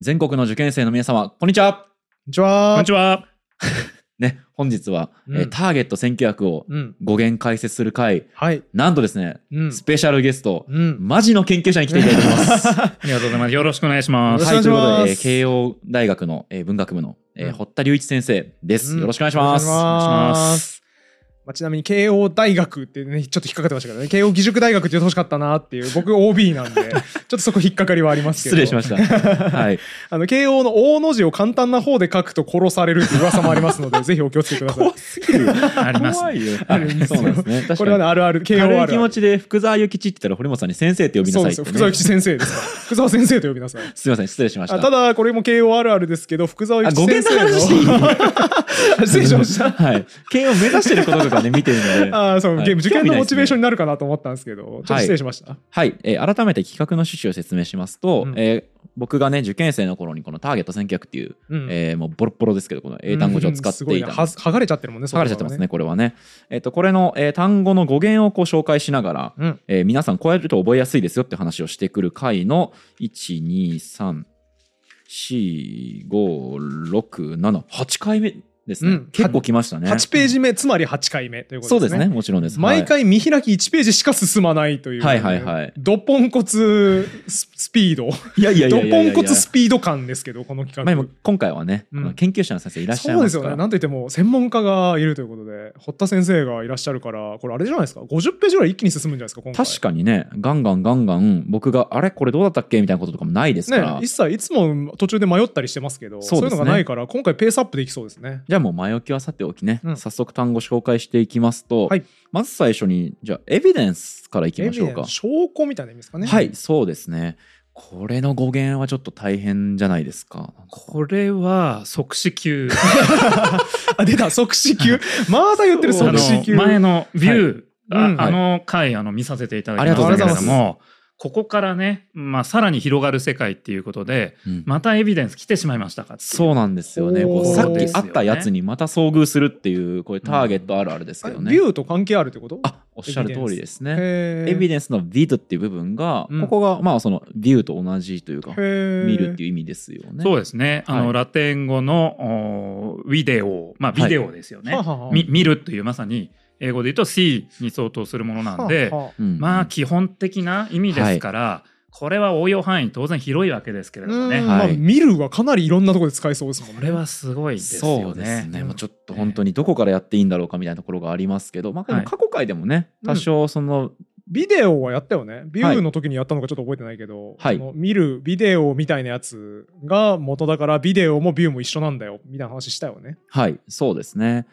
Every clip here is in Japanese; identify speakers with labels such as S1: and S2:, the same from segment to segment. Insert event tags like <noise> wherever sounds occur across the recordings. S1: 全国の受験生の皆様、こんにちは
S2: こんにちは。
S3: こんにちは。
S1: <laughs> ね、本日は、
S2: うん
S1: えーターゲット1900を
S2: うん。
S1: 語源解説する回、
S2: はい。
S1: なんとですね、
S2: うん
S1: スペシャルゲスト、
S2: うん。
S1: マジの研究者に来ていただいて
S2: <laughs>
S1: ます。
S3: ありがとうございます。よろしくお願いしま
S2: よ
S3: す。
S2: ろしくお願いします
S1: はいということで、えー慶応大学の、えー文学部の、えー
S2: うん
S1: 堀田隆一先生です、
S2: うん
S1: よろしくお願いします。
S2: お願いします
S1: お願いし
S2: まあ、ちなみに慶応大学ってね、ちょっと引っかかってましたけどね、慶応義塾大学って言ってほしかったなっていう、僕 OB なん
S1: <laughs>
S2: で、ちょっとそこ引っかかりはあります
S1: 失
S2: けど。
S1: 礼しました。
S2: <laughs>
S1: はい。
S2: あの、慶応の大の字を簡単な方で書くと殺されるっていう噂もありますので、
S1: <laughs>
S2: ぜひお気をつけください。
S3: あります。
S1: いよ。はいそうなんですね。確かに
S2: <laughs> これはね、あるある、慶応ある
S1: 軽
S2: あ
S1: い
S2: る。
S1: 気持ちで福沢諭吉って言ったら堀本さんに先生って呼びな
S2: そう
S1: さいっ
S2: です
S1: て
S2: よ。
S1: ね、
S2: 福沢諭吉先生ですから。福沢先生と呼びなさい。
S1: すみません、失礼しました。
S2: あただ、これも慶応あるあるですけど、福沢
S1: あ、
S2: 諭
S1: 語
S2: 吉先
S1: 源の
S2: 生の。
S1: 話していい
S2: <laughs> 失礼しました。
S1: はい。慶応目指してることとかね、見てるので。 <laughs>
S2: あーそう、
S1: はい
S2: ゲーム受験
S1: 興味ないで
S2: の
S1: すね
S2: モチベーションになるかなと思ったんですけど、ちょっと失礼しました。
S1: はい、えー改めて企画の趣旨を説明しますと、
S2: うん
S1: えー僕がね受験生の頃にこのターゲット1900っていう、
S2: うん
S1: えーもうボロッボロですけどこの英単語帳を使って
S2: うんすご
S1: い
S2: い
S1: た
S2: な。
S1: ん
S2: は
S1: です
S2: 剥がれちゃってるもんね、
S1: 書かれちゃってますねこれはね、えっとこれの、えー単語の語源をこう紹介しながら、
S2: うん
S1: えー皆さんこうやると覚えやすいですよって話をしてくる回の1234567回目ですね、
S2: うん
S1: 結構来ましたね
S2: 8ページ目、つまり8回目というこ
S1: そ
S2: と
S1: う
S2: で
S1: です
S2: ね。
S1: すねもちろんです
S2: 毎回見開き1ページしか進まないという、
S1: はいはいはい
S2: ドポンコツススピード。
S1: はいいやいやいや
S2: ド
S1: いやいや
S2: ポンコツスピード感ですけど、この企
S1: まあ、
S2: 画
S1: 今。今回はね、
S2: うん
S1: あの研究者の先生いらっしゃい
S2: そう
S1: ま
S2: です
S1: す
S2: よ
S1: か
S2: ね。
S1: ら
S2: なんといっても、専門家がいるということで、堀田先生がいらっしゃるから、これあれじゃないですか。50ページぐらい一気に進むんじゃないですか、今回。
S1: 確かにねガンガンガンガン僕があれこれどうだったっけみたいなこととかもないですから、
S2: ね、一切いつも途中で迷ったりしてますけど
S1: そ
S2: そ,、
S1: ううですね
S2: いうのがないから今回ペースアップできそうですね
S1: じゃあもう前置きはさておきね、
S2: うん
S1: 早速単語紹介していきますと、
S2: はい
S1: まず最初にじゃあエビデンスからいきましょう
S2: エビデン
S1: か
S2: ス、証拠みたいな意味ですかね
S1: はいそうですねこれの語源はちょっと大変じゃないですか
S3: これは即死級。
S2: あ出た即死級まだ言ってる
S3: あ
S2: 即死級
S3: の前のビュー、
S2: はい
S3: あ
S2: うん
S3: あの回あの見させていただきま
S1: ありがとう
S3: したけ
S1: ご
S3: れ
S1: ざい
S3: ども、ここからね、まあさらに広がる世界っていうことで、
S1: うん
S3: またエビデンス来てしまいましたかっていう。
S1: そうなんですよねこう
S2: おー
S1: さっきあったやつにまた遭遇するっていうこれターゲットあるあるです
S2: あ
S1: け
S2: れ
S1: ど
S2: ビ
S1: ね、
S2: ューと関係あるってこと
S1: あおっしゃる通りですね
S2: へ
S1: エビ
S2: デン
S1: デンスの vid っていう部分が、
S2: うん
S1: ここがまあその view と同じというか、見
S2: 見
S1: るって
S2: いう
S1: いう意味ですよね。
S3: そう
S1: う
S3: ですね。あの、
S1: はい
S3: ラテン語のおービデオ、まあビデオですよね。
S2: はあはあ
S3: み見るっていうまさに英語で言うと see に相当するものなんで、
S2: はあはあ
S1: ん
S3: まあ基本的な意味ですから、これは応用範囲当然広いわけですけれ
S2: う
S3: ども
S2: ーん
S3: ね。
S2: まあ
S1: はい
S2: 見るはかなりいろんなところで使えそうですもんね
S3: これはすごいです
S1: そ
S3: よ
S1: うです
S3: ね。
S1: ね、
S2: うん
S1: もうちょっと本当にどこからやっていいんだろうかみたいなところがありますけど、まあ、でも
S3: はい
S1: 過去回でもね、
S2: うん
S1: 多少その、
S2: ビデオはやったよねビ
S1: は
S2: ュー
S1: い
S2: の時にやったのかちょっと覚えてないけど、
S1: はい
S2: あの見るビデオみたいなやつが元だからビデオもビューも一緒なんだよみたいな話したよね
S1: はい、そうですね。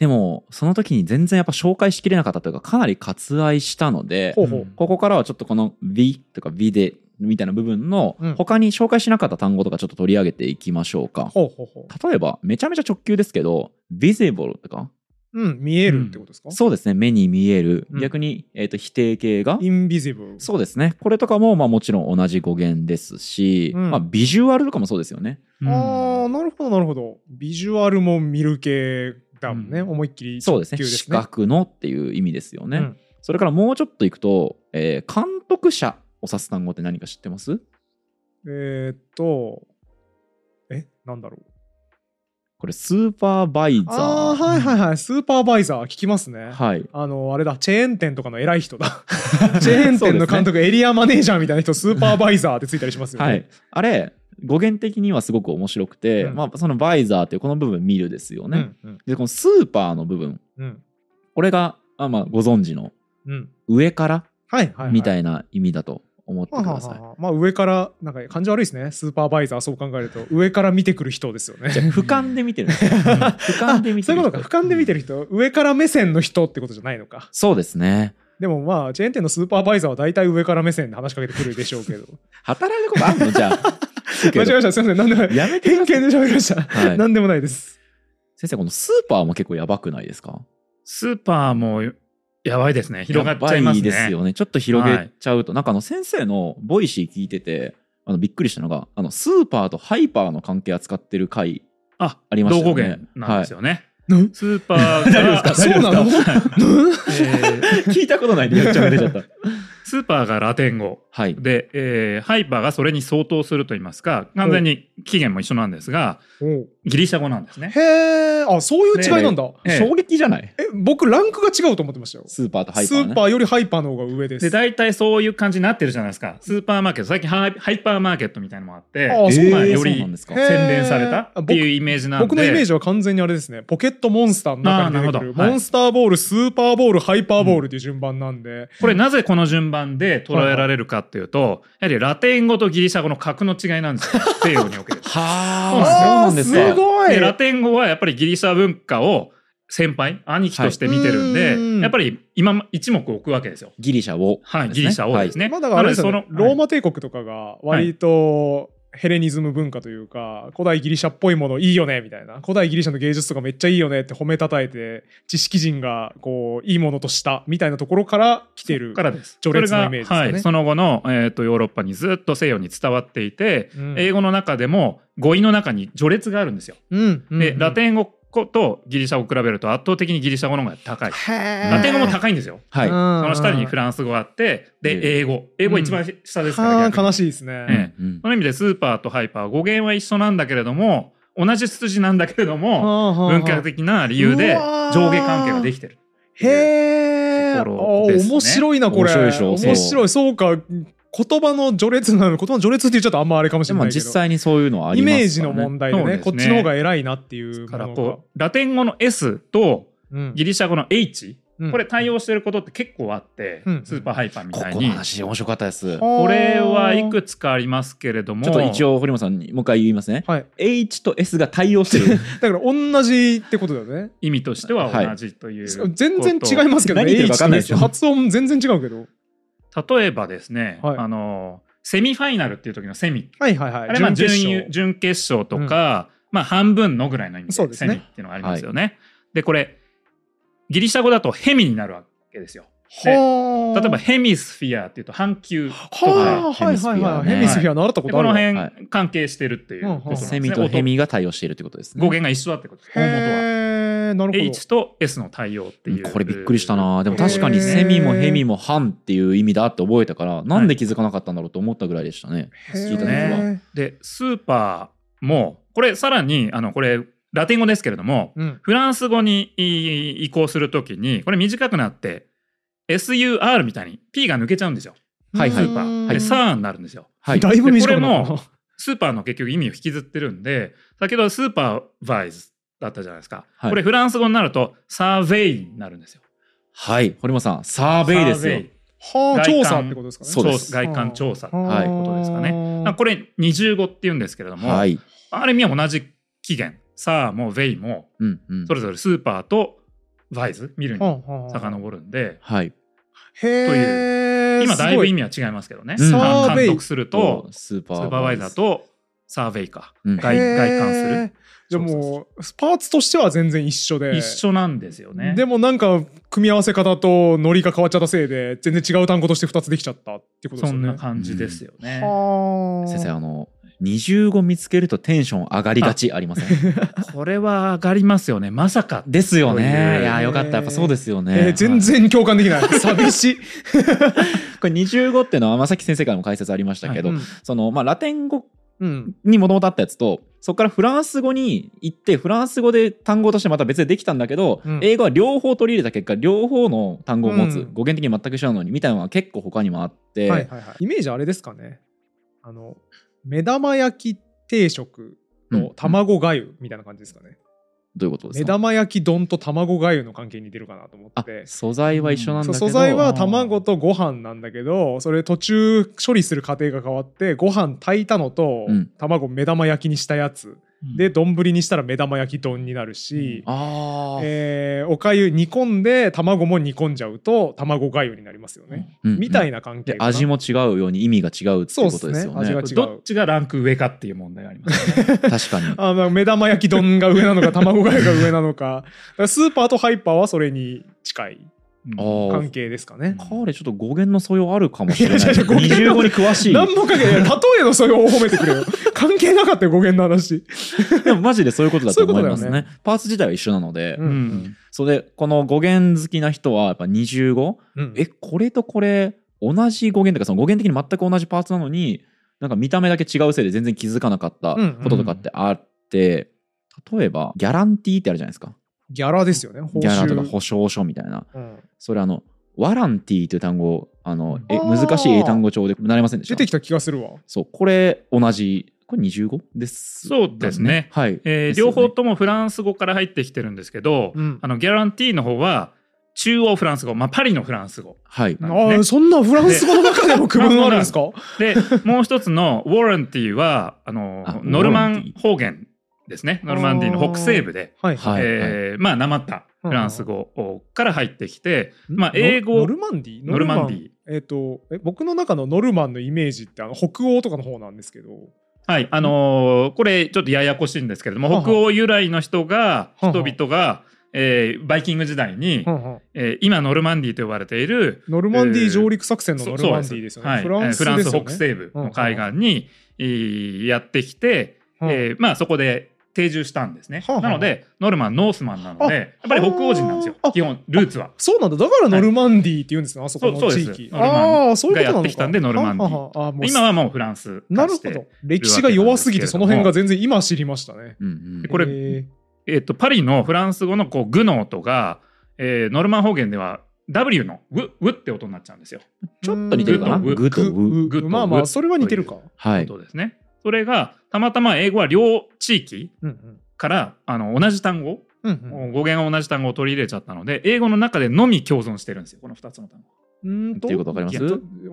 S1: でも、その時に全然やっぱ紹介しきれなかったというか、かなり割愛したので、
S2: ほうほう、
S3: うん
S1: ここからはちょっとこの V とか V でみたいな部分の
S2: うん
S1: 他に紹介しなかった単語とかちょっと取り上げていきましょうか。
S2: ほうほうほう
S1: 例えば、めちゃめちゃ直球ですけど、visible とか、
S2: うん、見えるってことですか、
S1: そうですね、目に見える。
S2: うん
S1: 逆に、えっ、と、否定形が
S2: インビジブル。
S1: そうですね。これとかも、まあもちろん同じ語源ですし、
S2: うん
S1: まあビジュアルとかもそうですよね。
S3: うん
S2: ああ、なるほど、なるほど。ビジュアルも見る系だもんね。
S3: うん
S2: 思いっきり
S1: そう
S2: 直
S1: です
S2: 球
S1: ね。
S2: で
S1: 視
S2: すね。
S1: 覚のっていう意味ですよね。
S2: うん
S1: それからもうちょっといくと、えー監督者を指す単語って何か知ってます
S2: えーっと、え、なんだろう。
S1: これ、スーパーバイザ
S2: ああー、
S1: ー。
S2: はいはいはい。スーパーバイザー聞きますね。
S1: はい。
S2: あの、あれだ、チェーン店とかの偉い
S1: <laughs>
S2: 人だ。チェーン店の監
S1: そうですね
S2: 督、エリアマネージャーみたいな人、スーパーバイザーってついたりしますよね。
S1: はい。あれ、語源的にはすごく面白くて、
S2: うん
S1: まあそのバイザーっていうこの部分見るですよ
S2: う
S1: ね。
S2: ん。うん。
S1: で、このスーパーの部分、
S2: うん。
S1: これが、あまあご存知の
S2: うん。
S1: 上から
S2: はいはい、はい。
S1: みた
S2: い。
S1: いな意味だと思ってください。
S2: まあ上からなんか感じ悪いですねスーパーバイザーそう考える
S1: <laughs>
S2: と上から見てくる人ですよね
S1: じゃあ俯瞰で見
S2: <laughs>
S1: てるんですよ。俯瞰で見て
S2: そう
S1: る
S2: いう
S1: 人。
S2: ことか俯瞰で見てる人、上から目線の人ってことじゃないのか
S1: そうですね。
S2: でもまあチェーン店のスーパーバイザーは大体上から目線で話しかけてくるでしょうけど
S1: 働いたことあるのじ
S2: <laughs>
S1: ゃあ。
S2: 間違えましたすいません何でも
S1: やめてく
S2: 偏
S1: だ
S2: 見
S1: さい
S2: で喋りました、
S1: はい
S2: 何でもないです
S1: 先生、このスーパーも結構やばくないですか
S3: スーパーもやばいですね。広がっちゃいますね。
S1: やばですよね。ちょっと広げちゃうと、なんかあの先生のボイシー聞いてて、あのびっくりしたのが、あのスーパーとハイパーの関係扱ってる
S2: <laughs>
S1: 回。
S3: あ、
S1: ありましたよね
S3: 同語源なんですよね。
S2: はいん
S3: スーパ
S2: <laughs>
S3: ーが、
S2: そうなの
S3: はいえー
S1: <laughs> 聞いたことないで、やっちゃう出ちゃった。
S3: スーパーがラテン語、
S1: はい。
S3: で、えーハイパーがそれに相当すると言いますか完全に起源も一緒なんですが
S2: おう
S3: ギリシャ語なんですね。
S2: へえ、あ、そういう違いなんだ。
S3: ええ
S1: 衝撃じゃない
S2: え、僕、ランクが違うと思ってましたよ。
S1: スーパーとハイパ
S2: ス
S1: ー、ね。
S2: ーパーよりハイパーの方が上です。
S3: で大体そういう感じになってるじゃないですかスーパーマーケット最近ハイハイパーマーケットみたいなのもあって
S2: あそうなん
S3: まあ
S2: だ
S3: よ
S1: そう
S3: り
S1: なんですか
S2: へー
S3: 洗練された
S2: あ
S3: っていうイメージなんで
S2: 僕のイメージは完全にあれですね。ポケットモンスターの中に出てく
S3: あーなる
S2: る。
S3: ほどはい
S2: モンスターボール、スーパーボール、ハイパーボールっていう順番なんで。
S3: これなぜこの順番で捉えられるかっていうと、やはりラテン語とギリシャ語の格の違いな
S2: <laughs>
S3: んですよ西洋における。
S1: はあ、そうなんです
S2: あーす
S1: か。
S2: ごい
S3: でラテン語はやっぱりギリシャ文化を先輩兄貴として見てるん
S2: はいう
S3: で、
S2: ーん
S3: やっぱり今一目置くわけですよ。
S1: ギリシャを。
S3: はい、
S1: ですね
S3: ギリシャをですね。
S2: まあだからあれですよね
S3: なのでその
S2: ローマ帝国とかが割とヘレニズム文化というか、古代ギリシャっぽいものいいよねみたいな古代ギリシャの芸術とかめっちゃいいよねって褒めたたえて知識人がこういいものとしたみたいなところから来てる。
S3: からです。
S2: 序列のイメージです
S3: そ
S2: かね
S3: れがはい、その後の、えー、とヨーロッパにずっと西洋に伝わっていて、
S2: うん
S3: 英語の中でも語彙の中に序列があるんですよ。
S2: うんうん
S3: で、ラテン語とギリシャ語を比べると圧倒的にギリシャ語の方が高い。ラ
S2: ラ
S3: テン語も高いんですよ。
S1: はい。
S2: そ
S1: うん
S3: その
S2: の
S3: 下にフランス語があって、
S1: うん
S3: で、英語。英語一番下ですから、逆に
S2: 悲しいですね。
S3: え
S1: うん
S3: その意味でスーパーとハイパー、語源は一緒なんだけれども、同じ筋なんだけれども、文
S2: 文
S3: 化的な理由で
S2: うわー
S3: 上下関係ができてる。
S2: へーあ
S3: ところですね
S2: 面白いなこ
S1: 面
S2: れ
S1: 白いでしょそう
S2: 面白いそうか言葉の序列なの言葉の序列って言っちゃうとあんまあれかもし
S1: で
S2: れ
S1: も
S2: ないけど
S1: 実際にそういうのはあり
S2: イ
S1: ますから、ね。
S2: メージの問題でね
S3: そうです
S2: こ
S3: ね
S2: っちの方が偉いなってい
S3: だ
S2: う
S3: から
S2: ものが
S3: こう、ラテン語の S と
S2: うん
S3: ギリシャ語の H、
S2: うん
S3: これ対応してることって結構あって、
S2: うん
S3: スーパーハイパーみ
S1: こ
S3: たい
S1: この
S3: に。
S1: 話面白かったです。ちょ
S3: これはいくつかありますけれども、
S1: っと一応堀本さんにもう一回言いますね。
S2: はい
S1: H と S が対応してる。
S2: だから同じってことだよね
S3: 意味としては同じということ、
S2: 全然違いますけど
S1: 何
S2: ね
S1: 言ってるか分かんないですよ
S2: H と S 発音全然違うけど
S3: 例えばですね、
S2: はい
S3: あのセミファイナルっていう時のセミ
S2: はいはいはい
S3: あれまあ準
S2: 決勝
S3: 優準決勝とか、まあ半分のぐらいの意味
S2: そう
S3: で
S2: です
S3: セ
S2: ね
S3: ミっていうのがありますよね。でこれギリシャ語だとヘミになるわけですよ。で
S2: は
S3: 例
S2: あ
S3: えばヘミスフィアっていうと半球と
S2: は
S3: か
S2: あはいはいはいヘ
S1: ヘ
S2: ミ
S1: ミ
S2: ス
S1: ス
S2: フィ
S3: フィ
S2: ア習ったこ
S3: で
S2: とある
S3: この
S2: わ
S1: は
S3: 辺関係してるっていうことなんですね。
S1: セミとヘ
S3: 音
S1: ミが対応しているということですね。
S3: 語源が一緒だってこと大元は。
S2: へーなるほど
S3: H と S の対応っていう。
S1: これびっくりしたなでも確か
S2: へ
S1: に
S2: ー
S1: セミもヘミもハンっていう意味だって覚えたからなんで気づかなかったんだろうと思ったぐらいでしたね。聞いた時は。
S2: へー
S3: でスーパーもこれさらにあのこれラテン語ですけれども、
S2: うん
S3: フランス語にい移行するときにこれ短くなって SUR みたいに P が抜けちゃうんですよ。
S1: はいはい
S3: スーパー。
S1: は
S3: で、
S1: い
S3: サーになるんですよ。
S1: はい。
S2: だいぶ短く
S3: で
S2: な
S3: こ
S2: っ
S3: れ
S2: た
S3: もスーパーの結局意味を引きずってるんで、先ほどスーパーバイズだったじゃないですか。
S1: はい
S3: これフランス語になるとサーベイになるんですよ。
S1: はい。堀本さん、サーベイです
S3: サ
S1: よ
S3: ー。ベイ
S2: はあ調
S3: 外観
S2: 査ってことですかね
S1: そうです
S3: 調外観調査。
S1: はい
S3: ことですかね
S2: ね
S3: これ二重語って言うんですけれども、
S1: はい。
S3: ある意味は同じ起源。サーもベイも
S1: うんうん
S3: そ。れぞれスーパーとバイズ見るに
S2: の
S3: 遡るんで、
S1: はい。
S3: と
S2: へえ
S3: 今だいぶ意
S2: 味
S3: 味は違いますけどね、
S1: うん
S3: か
S2: サーベイ
S3: 監督すると
S1: スーパ
S3: ス
S1: ー
S3: ーパーバイザーとサーベイか、
S1: うん
S3: 外外観する
S2: じゃあ
S3: そう
S2: もうパーツとしては全然一緒で
S3: 一緒なんですよね
S2: でもなんか組み合わせ方とノリが変わっちゃったせいで全然違う単語として2つできちゃったってことです
S3: そ
S2: よ
S3: ん
S2: ね
S3: な感じですよね、
S2: はあ
S1: 先生、あの、25見つけるとテンション上がりがちありません
S3: これは上がりますよねまさか
S1: <laughs> ですよ
S3: そう
S1: ね。
S3: いう
S1: いや、よかった。やっぱそうですよ
S2: えー
S1: ね。
S2: 全然共感できない寂しい
S1: これ25っていうのは、まあさっき先生からも解説ありましたけど、
S2: うん
S1: その、まあ、ラテン語
S2: うん
S1: にもともとあったやつと、そこからフランス語に行って、フランス語で単語としてまた別でできたんだけど、
S2: うん
S1: 英語は両方取り入れた結果、両方の単語を持つ、
S2: うん
S1: 語源的に全く違うのに、みたいなのは結構他にもあって、
S2: はいはいはいイメージあれですかねあの目玉焼き定食と卵がゆみたいな感じですかね、
S1: どういうことです
S2: 目
S1: か
S2: 玉焼き丼と卵がゆの関係に似てるかなと思っ
S1: あ
S2: て、
S1: 素材は一緒なん
S2: そ
S1: だ
S2: う
S1: けど、
S2: 素材は
S3: あー
S2: 卵とご飯なんだけどそれ途中処理する過程が変わってご飯炊いたのと、
S1: うん
S2: 卵目玉焼きにしたやつで丼にしたら目玉焼き丼になるし、
S1: ああ、
S2: えーおかゆ煮込んで卵も煮込んじゃうと卵がゆになりますよね、
S1: うんうん
S2: みたいな関係
S1: で
S2: かな
S1: 味も違うように意味が違うっていうことですよ
S2: そうっすね味
S1: ね。
S2: が
S3: これどっちがランク上かっていう問題がありますね、
S1: 確
S2: <laughs>
S1: かに。
S2: あまあ目玉焼き丼が上なのか卵がゆが上なのかだからスーパーとハイパーはそれに近い
S1: あ
S3: うん
S1: ー
S2: 関係ですかね。
S1: 彼ちょっと語源の素養あるかもしれない。
S2: いやいやいや語
S1: 二
S2: 源
S1: 重
S2: の
S1: 語に詳しい。
S2: 何もかけて、例えのそれを褒めてく <laughs> れよ。関係なかったよ、語源の話。
S1: <laughs> でもマジでそういうことだと思いま
S2: そう
S1: す
S2: いうことだよ
S1: ね。
S2: ね
S1: パーツ自体は一緒なので、
S2: う
S3: うん
S2: ん
S1: それでこの語源好きな人はやっぱ二重語、
S2: うん
S1: えこれとこれ同じ語源というかその語源的に全く同じパーツなのになんか見た目だけ違うせいで全然気づかなかったこととかってあって、例えばギャランティーってあるじゃないですか
S2: ギャラですよね。報酬
S1: ギャラとか保証書みたいな
S2: うん
S1: それあのワランティーという単語あのえ
S2: あー
S1: 難しい英単語帳で習いませんでした
S2: 出てきた気がするわ。
S1: そうこれ同じこれ 25? です
S3: そうですね
S1: はい
S3: えー
S1: ですよ
S3: 両
S1: ね
S3: 方ともフランス語から入ってきてるんですけど、
S2: うん
S3: あのギャランティーの方は中央フランス語、まあ、パリのフランス語
S1: はい
S2: あ
S3: なんですね
S2: ーそんなフランス語の中でも区分あるんです <laughs> か
S3: でもう一つのウォランティーはあの
S1: あ
S3: ノルマ
S1: ウォラン
S3: ン
S1: テ
S3: 方言ですねノルマンディーの北西部で、
S2: はい
S1: はい
S3: えーまあなまったフランス語から入ってきて、まあ
S2: ノ
S3: 英語
S2: ノルマンディ
S3: ノルマンディ
S2: ー。
S3: ー
S2: えっと、え僕の中のノルマンのイメージってあの北欧とかの方なんですけど、
S3: はいあのーこれちょっとややこしいんですけれど
S2: は
S3: も
S2: は
S3: 北欧由来の人が
S2: はは
S3: 人々が、えーバイキング時代に、えー今ノルマンディーと呼ばれている
S2: ノルマンディ
S3: え
S2: ー
S3: ー
S2: 上陸作戦のノルマンディーですよね。
S3: はい、フランス
S2: フランスですよね
S3: 北西部の海岸に、えーやってきて、
S2: うん
S3: えーまあ、そこで定住したんですね、
S2: はあはあ
S3: なのでノルマンノースマンなの
S2: あ
S3: でやっぱり北欧人なんです
S2: あ
S3: よ基本ルーツは。
S2: そうなんだ。だからノルマンディーって言うんですね、あそこ
S3: そ
S2: の
S3: うそう
S2: 地
S3: です
S2: 域。
S3: ノルマ
S2: ああ、そういうことなのか
S3: がやってきたんでノルマンディー
S2: はははあーもう
S3: 今はもうフランス
S2: な
S3: 化
S2: る
S3: し
S2: ほ
S3: て
S2: ど。歴史が弱すぎて、その辺が全然今知りましたね。
S1: うんうん
S3: でこれ
S2: へー
S3: えー、とパリのフランス語のこうグノートが、えーノルマン方言では W のググって音になっちゃうんですよ。
S1: ちょっと似てるかな
S3: うん
S1: グとウ
S3: グとウ
S2: まあまあ、それは似てるか。
S1: はい
S3: そうですねそれがたまたま英語は両地域
S2: うんうん
S3: からあの同じ単語
S2: うん
S3: 語源は同じ単語を取り入れちゃったので英語の中でのみ共存してるんですよこの2つの単語。
S2: うん。うーん
S1: っていうことわかります
S2: い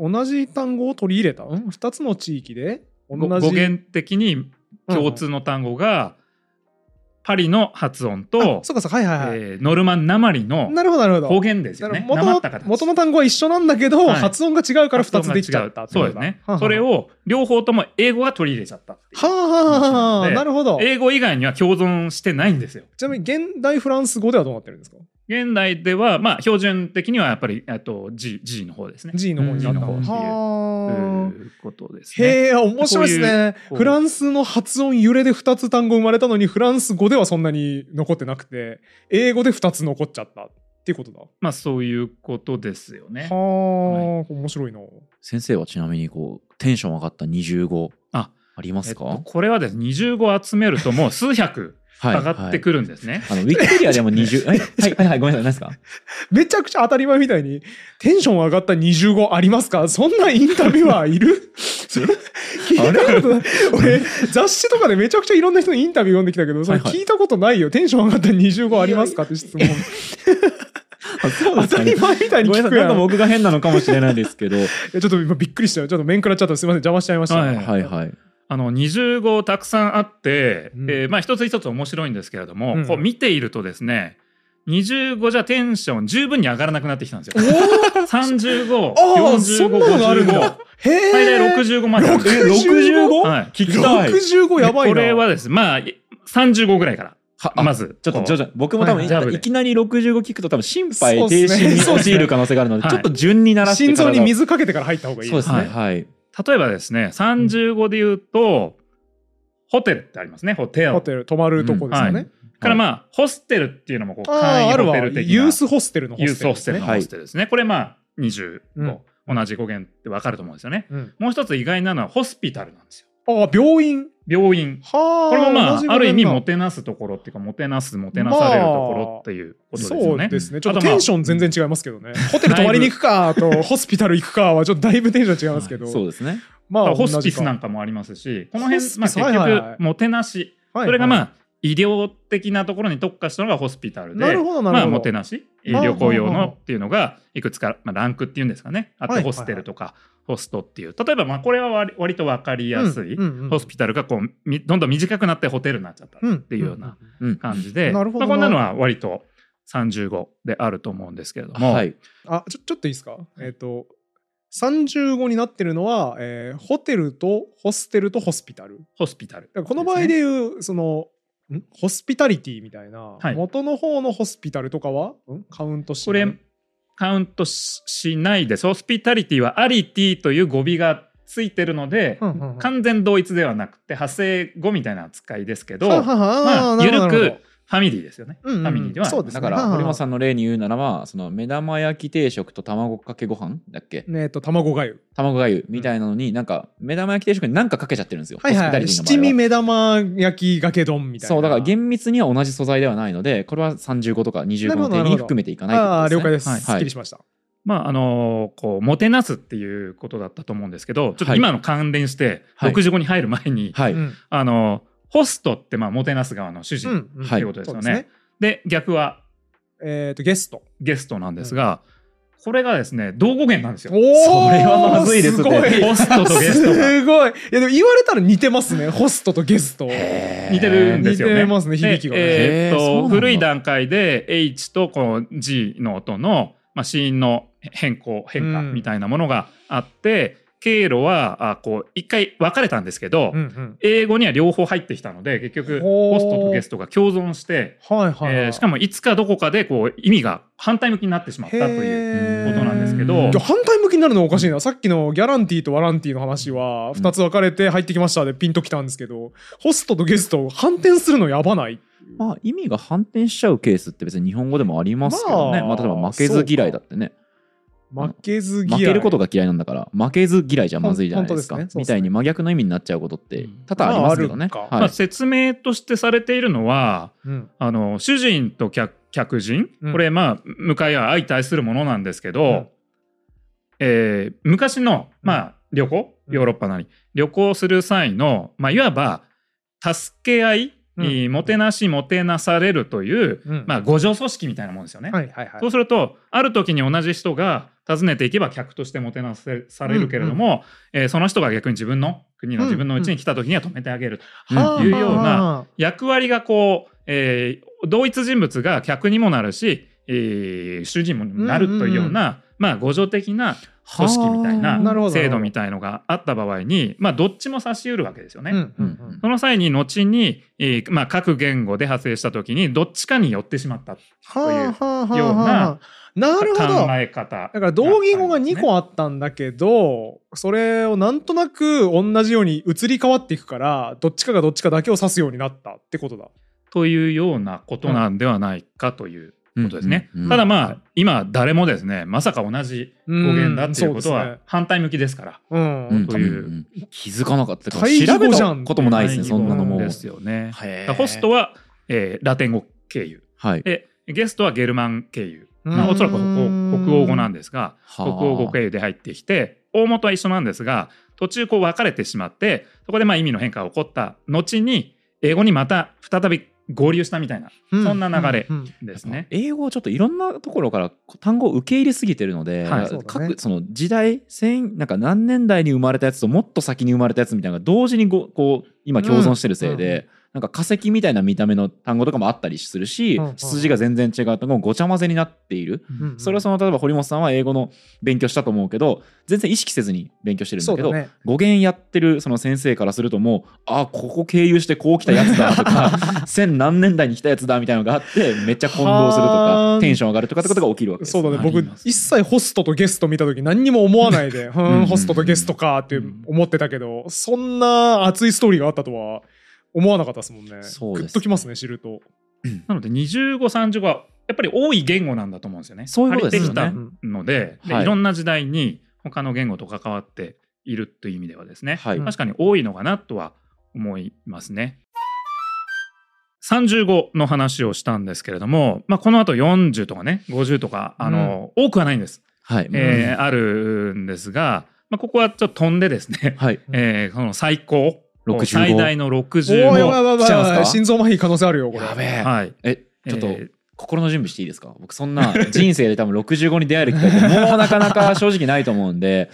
S2: や同じ単語を取り入れた。うん二つの地域で同
S3: ご
S2: じ
S3: 語源的に共通の単語がパリの発音
S2: あ
S3: と、
S2: そうかそうかはいはいはい。
S3: えーノルマンなまりの
S2: なるほどなるほど。
S3: 方言です
S2: だ
S3: よ
S2: から
S3: ね。
S2: 元
S3: なま
S2: の
S3: った形
S2: 元の単語は一緒なんだけど、
S3: はい
S2: 発音が違うから二つできちゃったって
S3: そ
S2: こと
S3: うです
S2: だ
S3: ね
S2: はあは。あ
S3: それを両方とも英語が取り入れちゃったっていう
S2: はあはあはあ
S3: で
S2: なるほど。
S3: 英語以外には共存してないんですよ。
S2: ちなみに現代フランス語ではどうなってるんですか
S3: 現代では、まあ、標準的にはやっぱり、えっと、G, G の方ですね。
S2: ?G の方になった
S3: G の方っていう
S2: はあ
S3: いうことですね。
S2: へえ、面白いですね
S3: こういうこう
S2: フランスの発音揺れで2つ単語生まれたのに、フランス語ではそんなに残ってなくて、英語で2つ残っちゃったっていうことだ。
S3: まあ、そういうことですよね。
S2: はあ、面白いな。
S1: 先生はちなみにこうテンション上がった25
S3: あ
S1: ありま
S3: えっ
S1: すか、
S3: と、これはですね、25集めるともう数百上がって
S1: る、
S3: くるんですね。
S1: はいあのウィキペディアでも20えはいはいはいごめんなさい何ですか
S2: めちゃくちゃ当たり前みたいに、テンション上がった25ありますかそんなインタビュアーいるそれ聞いたことない。俺、雑誌とかでめちゃくちゃいろんな人のインタビュー読んできたけど、それ
S1: はいはい
S2: 聞いたことないよ。テンション上がった25ありますかって質問。
S1: あそうで
S2: 当
S1: す
S2: た
S1: かね
S2: り前みたいに
S1: ごめん
S2: 聞
S1: な
S2: く
S1: さい
S2: や
S1: なん
S2: ん
S1: か。僕が変なのかもしれないですけど
S2: いやちょっと今びっくりしたよ。ちょっと面食らっちゃった。すみません。邪魔しちゃいました。
S3: はい
S1: はいはい
S3: あの25たくさんあって、
S2: うん
S3: えーまあ、一つ一つ面白いんですけれども、
S2: うん
S3: こう見ているとですね25じゃテンション十分に上がらなくなってきたんですよ。3545 <laughs>
S2: ああ、そんなのがあるんだ。へえ。
S3: 最大65まであるんですよ。
S1: え
S2: 65?
S3: はい
S1: 聞きたい
S2: 65やばいな。
S3: これはですねまあ35ぐらいか
S1: は
S3: ら
S1: あ
S3: まず
S1: ちょっと徐
S3: 々
S1: 々に僕も多分
S3: はい
S1: い,、
S3: ジャブで
S1: きなり65聞くと多分心肺
S2: そうっ
S1: 停
S2: すね
S1: 止に
S2: そうっすね
S1: 陥る可能性があるので、
S3: はい
S1: ちょっと順に鳴らして
S2: 心臓に
S1: 体を
S2: 水かけてから入った方がいい。
S1: そうですね
S3: は
S1: はいい、
S3: 例えばですね35で言うとホテルってありますねホテル。
S2: ホテル、泊まるとこですよ
S3: うんは
S2: ね
S3: い。からまあホステルっていうのもこう簡
S2: ああ、あ
S3: 易
S2: る
S3: ホ
S2: わ。
S3: テル的な
S2: ユースホステルのホ
S3: ユー
S2: ステ
S3: ス
S2: ルで
S3: ホス
S2: す
S3: テ
S2: ね。
S3: ルのホステルですね。これまあ25、
S2: う
S3: 同じ語源ってわかると思うんですよね。
S2: うん
S3: もう一つ意外なのはホスピタルなんですよ。
S2: ああ、病院。
S3: 病院。
S2: はあ。
S3: これもまあ
S2: 同じ病院だ
S3: ある意味もてなすところっていうかもてなすもてなされるところっていうことです
S2: そ
S3: よ
S2: う
S3: ね。
S2: ですね。ちょっ
S3: あ
S2: と
S3: とまあ
S2: テンション全然違いますけどね。ホテル泊まりに行くかと、ホスピタル行くかは、ちょっとだいぶテンション違いますけど。
S1: そうですね
S2: まあ、
S3: ホスピスなん
S2: か。
S3: かもありますしこの
S2: ホ
S3: 辺
S2: スピス
S3: まあ結
S2: はいはいは
S3: 局
S2: い
S3: もてなしそれがまあ医療的なところに特化したのがホスピタル
S2: な
S3: で
S2: るほど、なる
S3: ま
S2: ほ
S3: あ
S2: ど。
S3: もてなし医
S2: はあはあはあ
S3: 療公用のっていうのがいくつかまあランクっていうんですかね
S2: はい
S3: あと
S2: はいは
S3: ホ
S2: い
S3: ステルとかホストっていう例えばまあこれは割割と分かりやすい
S2: うんうんうん
S3: ホスピタルがこうみどんどん短くなってホテルになっちゃった
S2: うん
S3: っていうような
S1: うん
S3: 感じで、
S2: なるほど
S3: まあ
S2: な
S3: こんなのは割と35であると思うんですけれども、
S1: はい
S2: あちょちょっといいですか、えっ、と35になってるのは、えーホテルとホステルとホスピタル
S3: ホスピタル、
S2: だからこの場合でいうそのんホスピタリティみたいな、
S3: はい
S2: 元の方のホスピタルとかはんカウントして
S3: これカウントししないですホスピタリティはアリティという語尾がついてるので、
S2: うんうんうん
S3: 完全同一ではなくて派生語みたいな扱いですけど、
S2: ははは
S3: まあ、
S2: な
S3: ゆ
S2: る
S3: る
S2: ほどなる
S3: くファミリーですよね。
S4: うんうん
S3: ファミリーでは
S4: そうです
S1: だ
S4: ね
S1: から
S4: はあ
S1: 堀本さんの例に言うならばその目玉焼き定食と卵かけご飯だっけ
S2: ねえっと卵がゆ
S1: 卵がゆみたいなのになんか目玉焼き定食に何かかけちゃってるんですよ。
S4: はいはい
S1: ホスピタリティの場合
S2: 七味目玉焼きがけ丼みたいな
S1: そうだから厳密には同じ素材ではないのでこれは35とか25
S4: な
S1: の
S4: るほどな
S1: 点
S4: る
S1: に
S4: ほど
S1: 含めていかないと
S2: ああー
S1: い
S2: 了
S1: うこと
S2: 解
S1: ですね。
S2: です、
S1: はい
S2: すっきりしました
S3: まああのーこうもてなすっていうことだったと思うんですけどちょっと今の関連して
S1: はい
S3: 65に入る前に、
S1: はい、
S2: うん
S3: あのーホストってまあもてなす側の主
S2: う
S3: 人
S2: んうん
S1: はい
S3: ってことですよね。
S2: そうですね
S3: で逆は
S2: えっとゲスト
S3: ゲストなんですが、これがですね同語源なんですよ。
S2: お
S1: それはまずいですね
S2: ごい
S3: ホストとゲスト
S1: <laughs>
S3: が
S2: すごいいやでも言われたら似てますねホストとゲスト
S1: へー
S3: 似てるんですよね。
S2: 似てますね響きがね
S3: でえー
S1: へーそ
S3: っ
S1: うなん
S3: と
S1: だ
S3: 古い段階で H とこう G の音の、まあ、子音の変更変化
S2: うん
S3: みたいなものがあって、経路はあこう一回分かれたんですけど、
S2: うんうん
S3: 英語には両方入ってきたので結局
S2: ほー
S3: ホストとゲストが共存して、
S2: はいはいはい、
S3: えーしかもいつかどこかでこう意味が反対向きになってしまったという。
S2: う
S3: ことなんですけど
S2: 反対向きになるのおかしいなさっきのギャランティーとワランティーの話は2つ分かれて入ってきましたでピンときたんですけどホストとゲストを反転するのやばない
S1: まあ意味が反転しちゃうケースって別に日本語でもありますけどね、
S2: ま
S1: ま
S2: あ
S1: あ、例えば負けず嫌いだってね
S2: 負けず嫌い
S1: 負けることが嫌いなんだから負けず嫌いじゃまずいじゃないですか
S2: ほん本当ですね
S1: みたいに真逆の意味になっちゃうことって多々ありますけどね、
S2: まああるか
S1: はい
S3: まあ、説明としてされているのは
S2: うん
S3: あの主人と客客人、
S2: うん
S3: これまあ向かいは相対するものなんですけど、
S2: ん
S3: えー昔の、
S2: うん
S3: まあ、旅行
S2: うん
S3: ヨーロッパなり、旅行する際の、まあ、いわば助け合い、
S2: うん
S3: えーもてなしもてなされるという、
S2: うん
S3: まあ、互助組織みたいなもんですよね。
S2: はいはいはい
S3: そうするとある時に同じ人が訪ねていけば客としてもてなせされるけれども、えーその人が逆に自分の国の自分のうちに来た時には止めてあげると
S1: はあ
S3: いうような、
S2: はあ
S3: 役割がこう、えー同一人物が客にもなるし、えー主人にもなるというような、まあ互助的な組織みたい
S1: は
S3: な
S1: あ
S2: なるほど
S3: 制度みたいのがあった場合に、まあ、どっちも差し得るわけですよね。
S2: うんうん
S1: うん
S3: その際に後に、えーまあ、各言語で派生した時にどっちかに寄ってしまった
S2: はあはあはあはあ
S3: ような
S2: な
S3: 考
S2: るほど
S3: え方
S2: だから同義語が2
S3: あ
S2: 個あったんだけど、それをなんとなく同じように移り変わっていくからどっちかがどっちかだけを指すようになったってことだ。
S3: というようなことなんではないかということですね。
S1: うんうんうん
S3: ただまあ今誰もですねまさか同じ語源だっていうこと
S2: うんそうです
S3: は
S2: ね
S3: 反対向きですから。
S2: うん
S1: うん
S3: というん
S1: 気づかなかったから
S2: 対義
S1: 調べ
S2: 語じゃ
S1: た
S2: ん
S1: こともないですねそんなのも
S3: で。すよね。
S1: へー
S3: ホストは、えーラテン語経由
S1: はい、
S3: でゲストはゲルマン経由、
S2: うん
S3: まあおそらく北欧北欧語なんですが
S1: はあ
S3: 北欧語経由で入ってきて大元は一緒なんですが途中こう分かれてしまってそこでまあ意味の変化が起こった後に英語にまた再び合流したみたいなそんな流れ
S2: うん
S3: ですね。
S1: 英語はちょっといろんなところから単語を受け入れすぎてるので、
S3: はい
S2: そうだね
S1: 各その時代千なんか何年代に生まれたやつともっと先に生まれたやつみたいなのが同時にごこう今共存してるせいで、なんか化石みたいな見た目の単語とかもあったりするし、
S2: うんうん
S1: 筋が全然違う単語もごちゃ混ぜになっている、
S2: うんうん
S1: それはその例えば堀本さんは英語の勉強したと思うけど全然意識せずに勉強してるんだけど
S2: そうだね
S1: 語源やってるその先生からするともうあここ経由してこう来たやつだとか
S2: <laughs>
S1: 千何年代に来たやつだみたいなのがあってめっちゃ混同すると
S2: はー
S1: か
S2: ん
S1: テンション上がるとかってことが起きるわけです
S2: そうだね
S3: あ
S2: 僕
S3: ります
S2: 一切ホストとゲスト見た時何にも思わない <laughs> で「ふ
S1: うんん
S2: ホストとゲストか」って思ってたけどそんな熱いストーリーがあったとは思わなかったですもんね。
S1: そう
S2: グ
S1: で
S2: ッ
S1: す
S2: ときますね知ると。
S3: なので25、30はやっぱり多い言語なんだと思うんですよね。
S1: そういうことですよね
S3: 借りてきたのでで
S1: はい
S3: いろんな時代に他の言語と関わっているという意味ではですね、
S1: はい
S3: 確かに多いのかなとは思いますね。35の話をしたんですけれども、まあ、この後40とかね50とかあの、多くはないんです、
S1: はい、
S3: えーあるんですが、まあ、ここはちょっと飛んでですね、
S1: はい
S3: えーこの最高
S1: 65
S3: 最大の
S2: おーやばい
S3: 65
S2: やばい
S1: 来ちゃい
S2: や
S1: ます
S2: ばい
S1: か
S2: 心臓麻痺可能性あるよこれ。
S1: やべえ、
S3: はい
S1: えちょっと、
S3: えー
S1: 心の準備していいですか僕そんな人生で多分65に出会える機会ってもうなかな
S2: <laughs>
S1: か正直ないと思うんで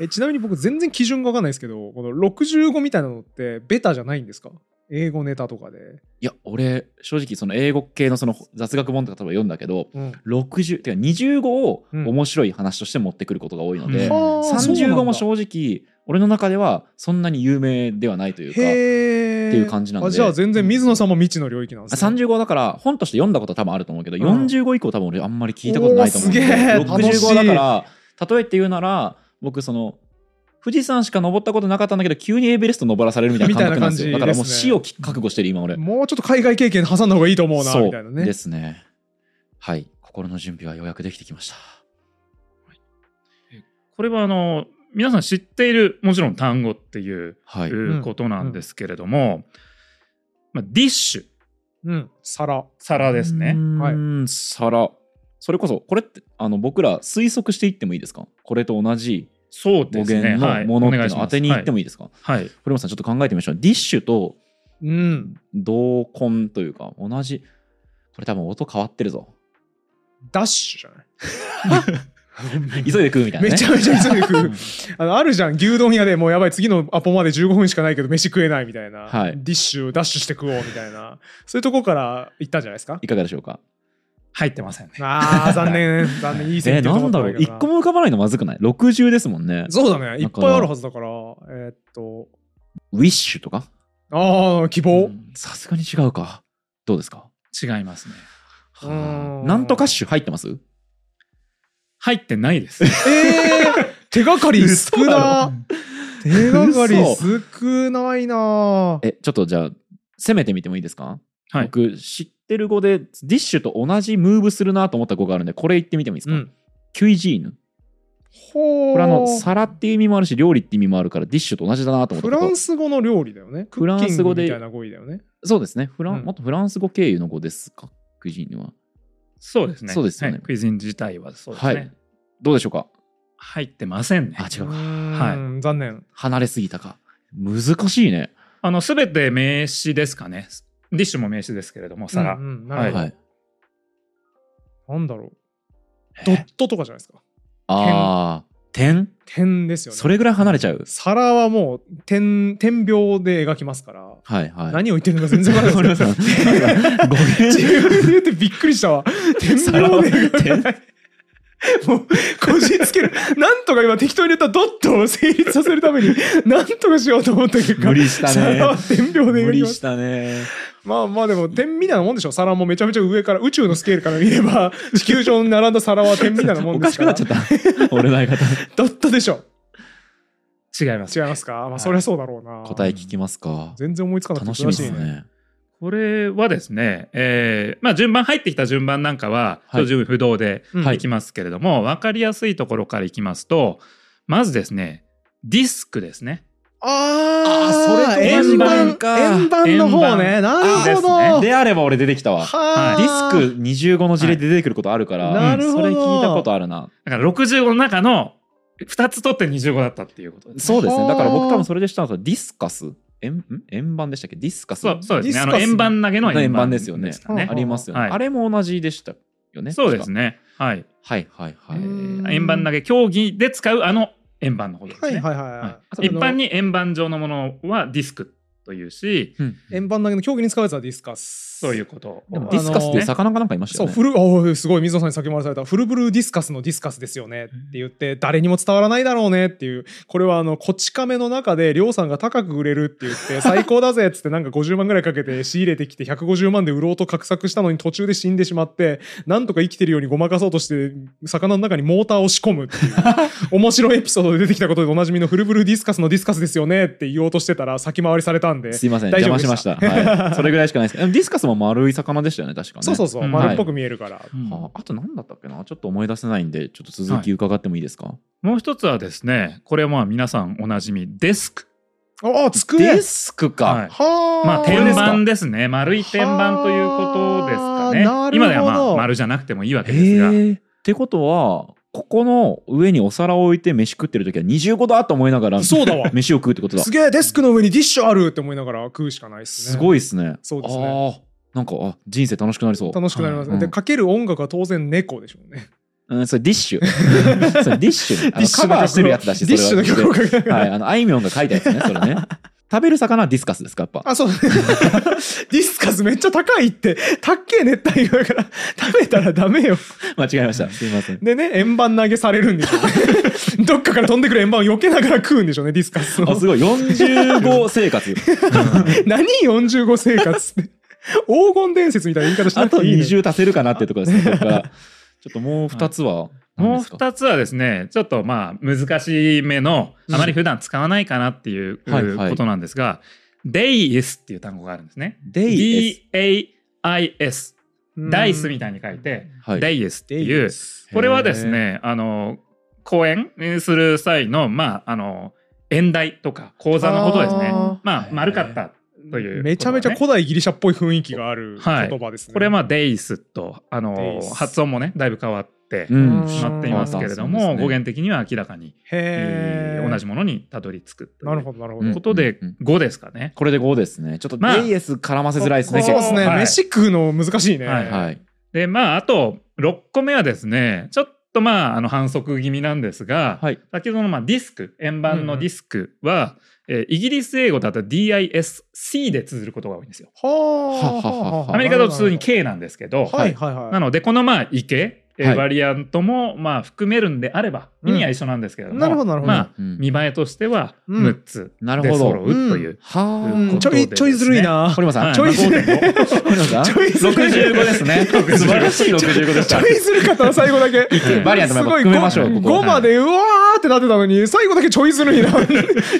S2: えちなみに僕全然基準が分かんないですけどこの65みたいなのってベタじゃないんですか英語ネタとかで。
S1: いや俺正直その英語系のその雑学本とか多分読んだけど
S2: うん
S1: 60てか25を
S2: うん
S1: 面白い話として持ってくることが多いので、
S3: うん
S1: 35も正直俺の中ではそんなに有名ではないというか
S2: へー
S1: っていう感じなんで
S2: あじゃあ全然水野さんも未知の領域なんですね
S1: 35だから本として読んだことは多分あると思うけど、
S2: うん
S1: 45以降多分俺あんまり聞いたことないと思うんで
S2: おーすげえ楽しい
S1: 65だから例えて言うなら僕その富士山しか登ったことなかったんだけど急にエベレスト登らされるみたいな感覚なんですよ
S2: みたいな
S1: だか
S2: 感じで
S1: ら
S2: すね
S1: もう死を覚悟してる今俺
S2: もうちょっと海外経験挟んだ方がいいと思うな
S1: そう
S2: みたいなね
S1: ですねはい心の準備はようやくできてきました
S3: これはあの皆さん知っているもちろん単語っていう
S1: はい、
S2: ん
S3: ことなんですけれども、まあ、ディッシュ
S2: うん皿
S3: 皿ですね。
S2: はいう
S1: い、皿それこそこれってあの僕ら推測していってもいいですかこれと同じ
S3: そう
S1: 語
S3: ですね。
S1: 源のものっていうのを当てにいって
S3: も
S1: もいいですか、
S3: はい、はい
S1: 堀本さんちょっと考えてみましょうディッシュと
S2: うん
S1: 同根というか同じこれ多分音変わってる
S2: <laughs>
S1: ぞ
S2: ダッシュじゃない
S1: 急いで食うみたいな、ね、
S2: めちゃめちゃ急いで食う <laughs> あのあるじゃん牛丼屋でもうやばい次のアポまで15分しかないけど飯食えないみたいな、
S1: はい
S2: ディッシュダッシュして食おうみたいなそういうとこから行ったんじゃないですか
S1: いかがでしょうか
S3: 入ってませんね。
S2: あー残念残念いい
S1: え
S2: 線
S1: ー、
S2: いって
S1: な
S2: る
S1: んだろう一個
S2: も
S1: も浮かばないのまずくない60ですもんね
S2: そうだねいっぱいあるはずだからえーっと
S1: ウィッシュとか
S2: ああ希望、
S3: うん
S1: さすがに違うかどうですか
S3: 違いますね。
S2: うーん
S1: なんとかッシュ入ってます
S3: 入ってな
S1: <laughs>
S3: いです。
S2: えー、手がかり少
S1: 嘘
S2: な手がかり
S1: 嘘
S2: 少ないな
S1: えちょっとじゃあ攻めてみてもいいですか
S3: はい。
S1: 僕知ってる語でディッシュと同じムーブするなと思った語があるんでこれ言ってみてもいいですか、
S2: うん
S1: キュイジーヌ
S2: ほう
S1: これあの皿っていう意味もあるし料理って意味もあるからディッシュと同じだなと思っ
S2: フ
S1: たこと
S2: ランス語の料理だよねク
S1: フラ
S2: ッ
S1: ン
S2: キン
S1: ス語
S2: グ
S1: で
S2: みたいな語彙だよね
S1: そうですねフラン、
S2: うん
S1: もっとフランス語経由の語ですかクイジーヌは、
S3: そうですね。
S1: そうですよね
S3: はいクイズン自体はそうです
S1: は
S3: ね。
S1: いどうでしょうか
S3: 入ってませんね。
S1: あ違うか
S2: はい残念
S1: 離れすぎたか難しいね
S3: あの、すべて名詞ですかね。ディッシュも名詞ですけれども、皿。
S2: うんうんなるほど
S1: はい
S2: なんだろう
S1: え
S2: ドットとかじゃないですか
S1: ああ点
S2: 点ですよね
S1: それぐらい離れちゃう
S2: 皿はもう点点描で描きますから、
S1: はいはい
S2: 何を言ってるのか全然わからないです
S1: <laughs> ごめん
S2: 自分で言ってびっくりしたわ点
S1: 皿
S2: 描
S1: を
S2: で描かないもうこじつけるなんとか今適当に入れたドットを成立させるためになんとかしようと思った結果
S1: 無理した
S2: 皿は
S1: ね
S2: 点描で
S1: 無
S2: 描き
S1: 理
S2: ま
S1: し
S2: した
S1: たね
S2: まあまあでも点みたいなもんでしょ皿もめちゃめちゃ上から宇宙のスケールから見れば地球上に並んだ皿は点みたいなも
S1: お
S2: んで
S1: か
S2: す
S1: し
S2: か
S1: く
S2: ら
S1: なっちゃった俺の相方
S2: ドットでしょ
S3: 違います。
S2: 違いますか、まあ、そりゃそうだろうな
S1: <laughs> 答え聞きますか
S2: 全然思いつかなくて
S1: 楽しみです
S2: 珍しい
S1: ね
S3: これはですね、えーまあ順番入ってきた順番なんかは、
S1: はい
S3: 標準不動で
S2: うん
S1: はい
S3: いきますけれども、わかりやすいところからいきますと、まずですね、ディスクですね。
S1: あ
S2: あ
S1: ーそ
S2: ー
S1: れと同じ
S2: 円盤
S1: 版か
S2: 円盤の方ねなるほど、
S3: あ
S1: であれば俺出てきたわデ
S2: は
S1: ィ
S2: ー
S1: スク20語の事例で出てくることあるから、
S2: なるほど
S1: うんそれ聞いたことあるな
S3: だから65の中の2つ取って25だったっていうことですね。
S1: そうです
S2: は
S1: ね
S2: あ
S1: だから僕多分それでしたのとディスカス円ん円盤でしたっけディスカス
S3: そうそうですね。あ
S2: デ
S3: の
S2: ィスカス
S3: 円盤投げの
S1: 円
S3: 円
S1: 盤
S3: 盤
S1: ですよね
S3: から
S1: ありますよね、
S3: はい
S1: あれも同じでしたよね
S3: そうです
S1: ね
S3: ね。はい。
S1: はいはいは
S2: う
S1: い
S2: ん
S3: 円盤投げ競技で使うあの円盤のことです
S2: はい
S3: ね。
S2: はいはい、
S3: は
S2: あと
S3: い一般に円盤状のものはディスクというし、
S2: 円盤投げの競技に使うやつはディスカス
S3: そういうことを。
S1: でもディスカスっていう魚かなんかいました
S2: そう
S1: よね
S2: フルおーすごい水野さんに先回りされたフルブルーディスカスのディスカスですよねって言って誰にも伝わらないだろうねっていうこれはあのこち亀の中でりょうさんが高く売れるって言
S3: <laughs>
S2: って最高だぜっつってなんか50万ぐらいかけて仕入れてきて150万で売ろうと画策したのに途中で死んでしまってなんとか生きてるようにごまかそうとして魚の中にモーターを仕込むって
S3: <laughs>
S2: いう面白いエピソードで出てきたことでおなじみのフルブルーディスカスのディスカスですよねって言おうとしてたら先回りされたんです
S1: いません
S2: 大
S1: 邪
S2: 丈夫
S1: 魔
S2: で
S1: し
S2: した
S1: ました、はい、それぐらいしかないですけどでもディスカスも丸い魚でしたよね確かね
S2: そうそうそう、
S3: うん
S2: 丸っぽく見えるから、
S3: うん
S1: はあ、あと何だったっけなちょっと思い出せないんでちょっと続き伺ってもいいですか、
S3: もう一つはですね、これはまあ皆さんおなじみデスク。
S2: あ
S1: デ
S2: あ机
S1: スクか、
S3: はい
S2: はあ
S3: まあ
S1: これ
S3: 天
S1: ですか
S3: 板ですね。丸い天板ということですかね
S2: はあなるほ。ど
S3: 今ではまあ丸じゃなくてもいいわけですが。
S1: へえってことはここの上にお皿を置いて飯食ってる時は25だと思いながら
S2: そ
S1: <laughs>
S2: うだわ
S1: 飯を食うってことだ
S2: すげえデスクの上にディッシュあるって思いながら食うしかないですね。
S1: すごいですね
S2: そうです
S1: ねあーなんかあ人生楽しくなりそう
S2: 楽しくなりますね。
S1: はい
S2: で
S1: うん
S2: かける音楽は当然猫でしょうね。
S1: うん、それディッシ
S2: <laughs>
S1: ュそれディッシュねあのカバーしてるやつだし
S2: ディッシュの
S1: それ
S2: 曲を
S1: は
S2: かけながら。
S1: はいあのあいみょんが書いたやつねそれね食べる魚はディスカスですかやっぱ
S2: <laughs> あそうディスカスめっちゃ高いってたっけえ熱帯魚だから食べたらダメよ
S1: 間違えましたすいませ
S2: <laughs>
S1: ん
S2: でね円盤投げされるんでしょう
S1: <laughs>
S2: ねどっかから飛んでくる円盤を避けながら食うんでしょうねディスカス
S1: あ
S2: の
S1: すごい45生活
S2: 何45生活って黄金伝説みたいな言い方しな
S1: あ
S2: く
S1: と
S2: ていいのよ
S1: 20
S2: <laughs>
S1: 足せるかなっていうところですねここからちょっともう2つは
S3: もう
S1: 何ですか
S3: 2つはですね、ちょっとまあ難しめの、
S1: うん
S3: あまり普段使わないかなっていう
S1: はいはい
S3: ことなんですが、deis っていう単語があるんですね。
S1: デイ
S3: D-A-I-S。
S2: うん
S3: ダイスみたいに書いて、
S1: はい
S3: deis って
S2: デイ
S3: いう
S2: で、す
S3: これはですね、あの、講演する際の、まあ、あの、演題とか講座のことですね。
S2: あー
S3: まあ、丸かったということだね、
S2: めちゃめちゃ古代ギリシャっぽい雰囲気がある
S3: はい
S2: 言葉ですね。
S3: これはまあ、デイスと、あの
S2: Deis、
S3: 発音もね、だいぶ変わって、
S1: うん
S3: しまっていますけれど
S1: うん
S3: も、
S1: そうですね
S3: 語源的には明らかに、え
S2: へ
S3: ー
S2: ー
S3: 同じものにたどり着くと
S2: なる
S3: いう
S2: ほどなるほ
S1: う
S2: ど。
S1: ん
S3: ことで
S1: うん
S3: 5ですかね。
S1: これで5ですねちょっと
S3: まあ
S1: デイエス絡ませづらいですね、
S2: そうですね、
S3: はい
S2: 飯食うの難しいね。
S3: はい
S1: はい
S3: でまああと6個目はですねちょっとまああの反則気味なんですが、
S1: はい
S3: 先ほどのまあディスク円盤のディスクは、えーイギリス英語だと DISC で綴ることが多いんですよ。
S2: は
S1: は
S2: あ
S1: ははは
S3: アメリカだと普通に K なんですけど、
S2: はいはいはい。
S3: なのでこのまあ意見、えー
S1: はい
S3: バリアントもまあ含めるんであれば
S2: うん
S3: 意味は一緒なんですけれども、
S2: なるほどなるほど
S3: まあ
S1: うん
S3: 見栄えとしては
S2: うん
S3: 6つ
S1: なる
S3: で
S1: ほど
S3: 揃うという。
S1: は
S2: うんちょいちょいずるいな。
S1: あ堀本さん、
S3: はい
S2: ちょいずるい
S1: まあ5.5堀本さん
S2: ちょいずるい
S1: 65です
S2: <laughs>
S1: ね素晴らしい65でし
S2: <laughs> ち
S1: た
S2: ょいずるかったな最後だけ。
S3: い
S1: バリアントもやっぱ含めましょう
S2: すごい
S1: ここ
S2: ご5までうわーってなってたのに最後だけちょいずるい
S3: <laughs>
S2: な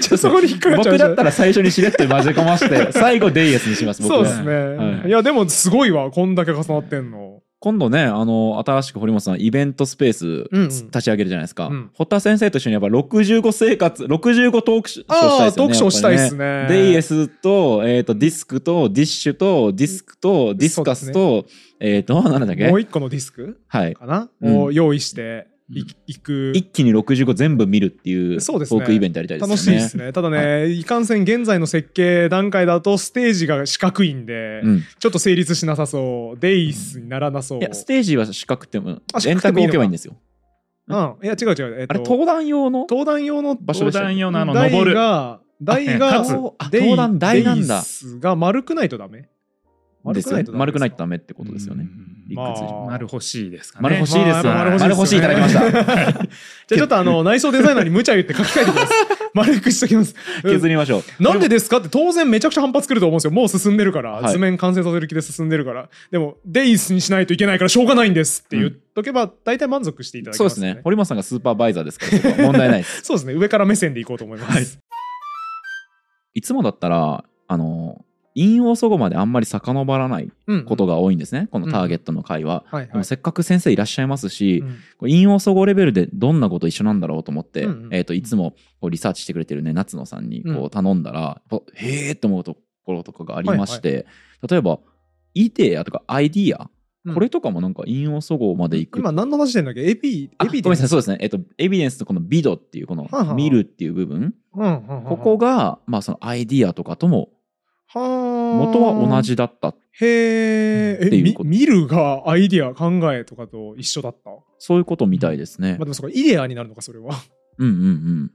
S2: ちょそこに引っかかっちゃう
S1: 僕だったら最初にしれっと混ぜ込まして最後デイエスにします僕
S2: そ
S1: は
S2: うですね、
S1: はい
S2: い、やでもすごいわこんだけ重なってんの
S1: 今度ねあの新しく堀本さんイベントスペース
S2: うんうん
S1: 立ち上げるじゃないですか、
S2: うん
S1: 堀田先生と一緒にやっぱ65生活65トークショー
S2: ああ
S1: したい
S2: 読
S1: です
S2: 書
S1: よね
S2: したいです
S1: ね
S2: ね
S1: デイエスと,、えー、とディスクとディッシュとディスクとディスカスと、えっ、となんだっけ
S2: もう一個のディスク
S1: はい
S2: かな、
S1: うん
S2: を用意してい,、
S3: うん
S2: く
S1: 一気に65全部見るっていうト
S2: そうですね
S1: ークイベントやりたいですよね
S2: 楽しいですねただね、い、かんせん現在の設計段階だとステージが四角いんで、
S1: うん、
S2: ちょっと成立しなさそうデイスにならなそう、
S1: いやステージは四角くても
S2: あ四
S1: 円
S2: 角
S1: 卓
S2: くてもいい
S1: 置
S2: のか
S1: けばいいんですよ
S2: うん、いや違う違う、えっ
S1: あ
S2: と
S1: れ登壇用の
S2: 登壇用の
S1: 場所でした
S3: 登
S1: よね
S3: 壇用のあの登
S2: 台
S3: る
S2: が台
S3: あ
S2: が
S3: 立つ
S1: あ
S2: デイ
S1: 登壇台なんだ
S2: デイスが丸くないとダメ
S1: ですよね丸くないと
S2: ダ
S1: ダメってことですよね、
S3: うん
S1: いく
S2: まあ
S1: つ以上
S3: 丸欲しいですかね。
S1: 丸欲しいですよ、
S2: まあ
S1: 丸
S2: 丸
S1: 欲
S2: 欲
S1: し
S2: し
S1: い
S2: い
S1: い
S2: で
S1: た
S2: す
S1: だ
S2: よ
S1: きま
S2: ね
S1: し
S2: <laughs>
S1: た
S2: メじゃあちょっとあ
S1: <laughs>
S2: の内装デザイナーに無茶言って書き換えてきます <laughs> 丸くしときます
S1: 削りましょう
S2: <laughs> なんでですかって当然めちゃくちゃ反発くると思うんですよもう進んでるから、
S1: はい
S2: 図面完成させる気で進んでるからでもデイスにしないといけないからしょうがないんですって言っとけば大体満足していただけ
S1: そう
S2: ま
S1: ですす
S2: よ
S1: ね。堀本さんがスーパーバイザーですからそこは問題ないです。
S2: そうですね上から目線でいこうと思います、
S3: はい
S1: いつもだったら、あの、陰陽祖語まであんまり遡らない
S2: うん
S1: ことが多いんですね、このターゲットの会は。
S2: はい
S1: で
S2: は
S1: も
S2: い
S1: せっかく先生いらっしゃいますし、
S2: うん
S1: こう陰陽祖語レベルでどんなこと一緒なんだろうと思って、
S2: うんうん
S1: えー、といつもこうリサーチしてくれてるね夏野さんにこ
S2: う
S1: うん頼んだら、やっぱへえって思うところとかがありまして、例えば「イデア」とか「アイディア」
S2: うん
S1: これとかもなんか陰陽祖語までいく
S2: 今何の話してんだっけエビ
S1: あ
S2: エ
S1: ごめ
S2: ビ
S1: んなさいそうですね、えっとエビデンスとこの「ビド」っていうこの
S2: はあ
S1: 「
S2: はあ
S1: 見る」っていう部分、
S2: うんうんうん
S1: ここが、まあ、そのアイディアとかとも
S2: は
S1: 元は同。じだった
S2: へ
S1: って
S2: ーえ、
S1: いう
S2: み
S1: こと
S2: 見るがアイディア、考えとかと一緒だった。ま
S1: そういうことみたいですね
S2: あで。もそこ、イデアになるのか、そ
S1: <laughs>
S2: れは。
S1: うんうんうん。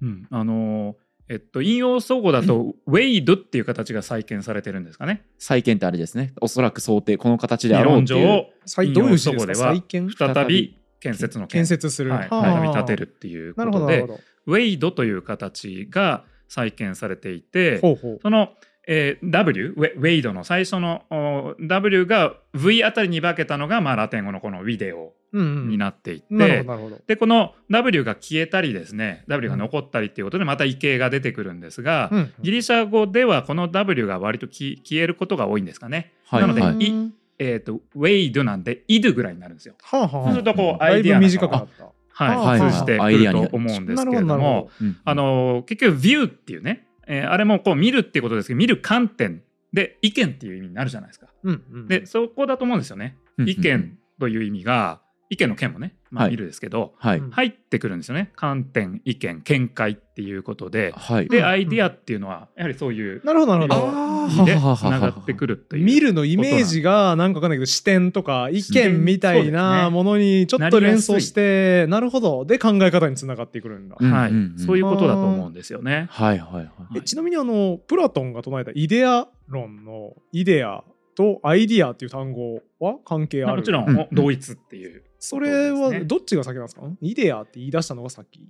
S3: うん、あのーえっと引用総合
S1: <laughs>
S3: だとウェイドっていう形が再建されてるんですかね。
S1: 再建ってあれですね。おそらく想定この形
S3: 理
S1: であろうっ
S3: 論
S1: て
S3: 上
S1: いう。
S2: 再
S3: 引
S2: どうい
S3: 用
S2: う
S3: そ
S2: 字で
S3: こ
S2: す
S3: で
S2: か
S3: は
S2: 再建
S3: 再び建設の建
S2: 建設する。
S3: はい、
S2: はあ
S3: 再び立てるっていうこ
S2: なるほ
S3: と
S2: ど、なる
S3: で
S2: ほど。
S3: ウェイドという形が再建されていて
S2: ほうほう。
S3: その、えー W ウェウェイドの最初のお W が V あたりに化けたのが、まあ、ラテン語のこのビデオ
S2: うんうん
S3: になっていて、
S2: なるほど、なるほど。
S3: でこの W が消えたりですね W が残ったりっていうことでまた異形が出てくるんですが、
S2: うんうん
S3: ギリシャ語ではこの W が割とき消えることが多いんですかね。
S1: はい
S3: なので、
S1: はい
S3: えー、とウェイドなんでイドゥぐらいになるんですよ。
S2: はあはあ
S3: そうするとこう、
S1: うん
S3: ア
S2: だ
S3: イ
S2: い
S3: ディ
S2: ぶ
S3: ア
S2: 短くな
S3: が、
S2: った。
S3: はい、
S2: あはい
S3: 通じて
S1: ア
S3: く
S1: イデ
S3: る
S1: アに
S3: と思うんで
S2: な
S3: すけ
S2: る
S3: れ
S2: ほ
S3: ど
S2: ど、なるほ
S3: も
S2: ど。
S1: うん
S3: あの結局ビューっていうね、えーあれもこう見るっていうことですけど見る観点で意見っていう意味になるじゃないですか。
S2: うんうん
S3: でそこだと思うんですよね。
S1: うん
S3: 意見という意味が意見の件もね、ま
S1: は
S3: あ、
S1: い
S3: 見るですけど、
S1: は
S2: う
S1: い
S2: ん
S3: 入ってくるんですよね観点意見見解っていうことで
S1: はい。
S3: で、
S2: うん
S3: アイディアっていうのはやはりそういう
S2: なるほど、なるほ
S3: あ
S2: ど。
S3: 意味でつながってくるという
S2: 見るのイメージがなんかわかんないけど視点とか意見みたいなものにちょっと連想してなるほどで考え方につながってくるんだ、
S1: うん
S3: はい、
S1: うんうん
S3: そういうことだと思うんですよね。
S1: はいはいはい。
S2: えちなみにあのプラトンが唱えたイデア論のイデアとアイディアっていう単語は関係ある
S3: もちろん、
S1: うん
S3: 同一っていう
S2: それ
S3: そう
S2: は
S3: ですね
S2: どっちが先なんですかイデアって言い出したのが先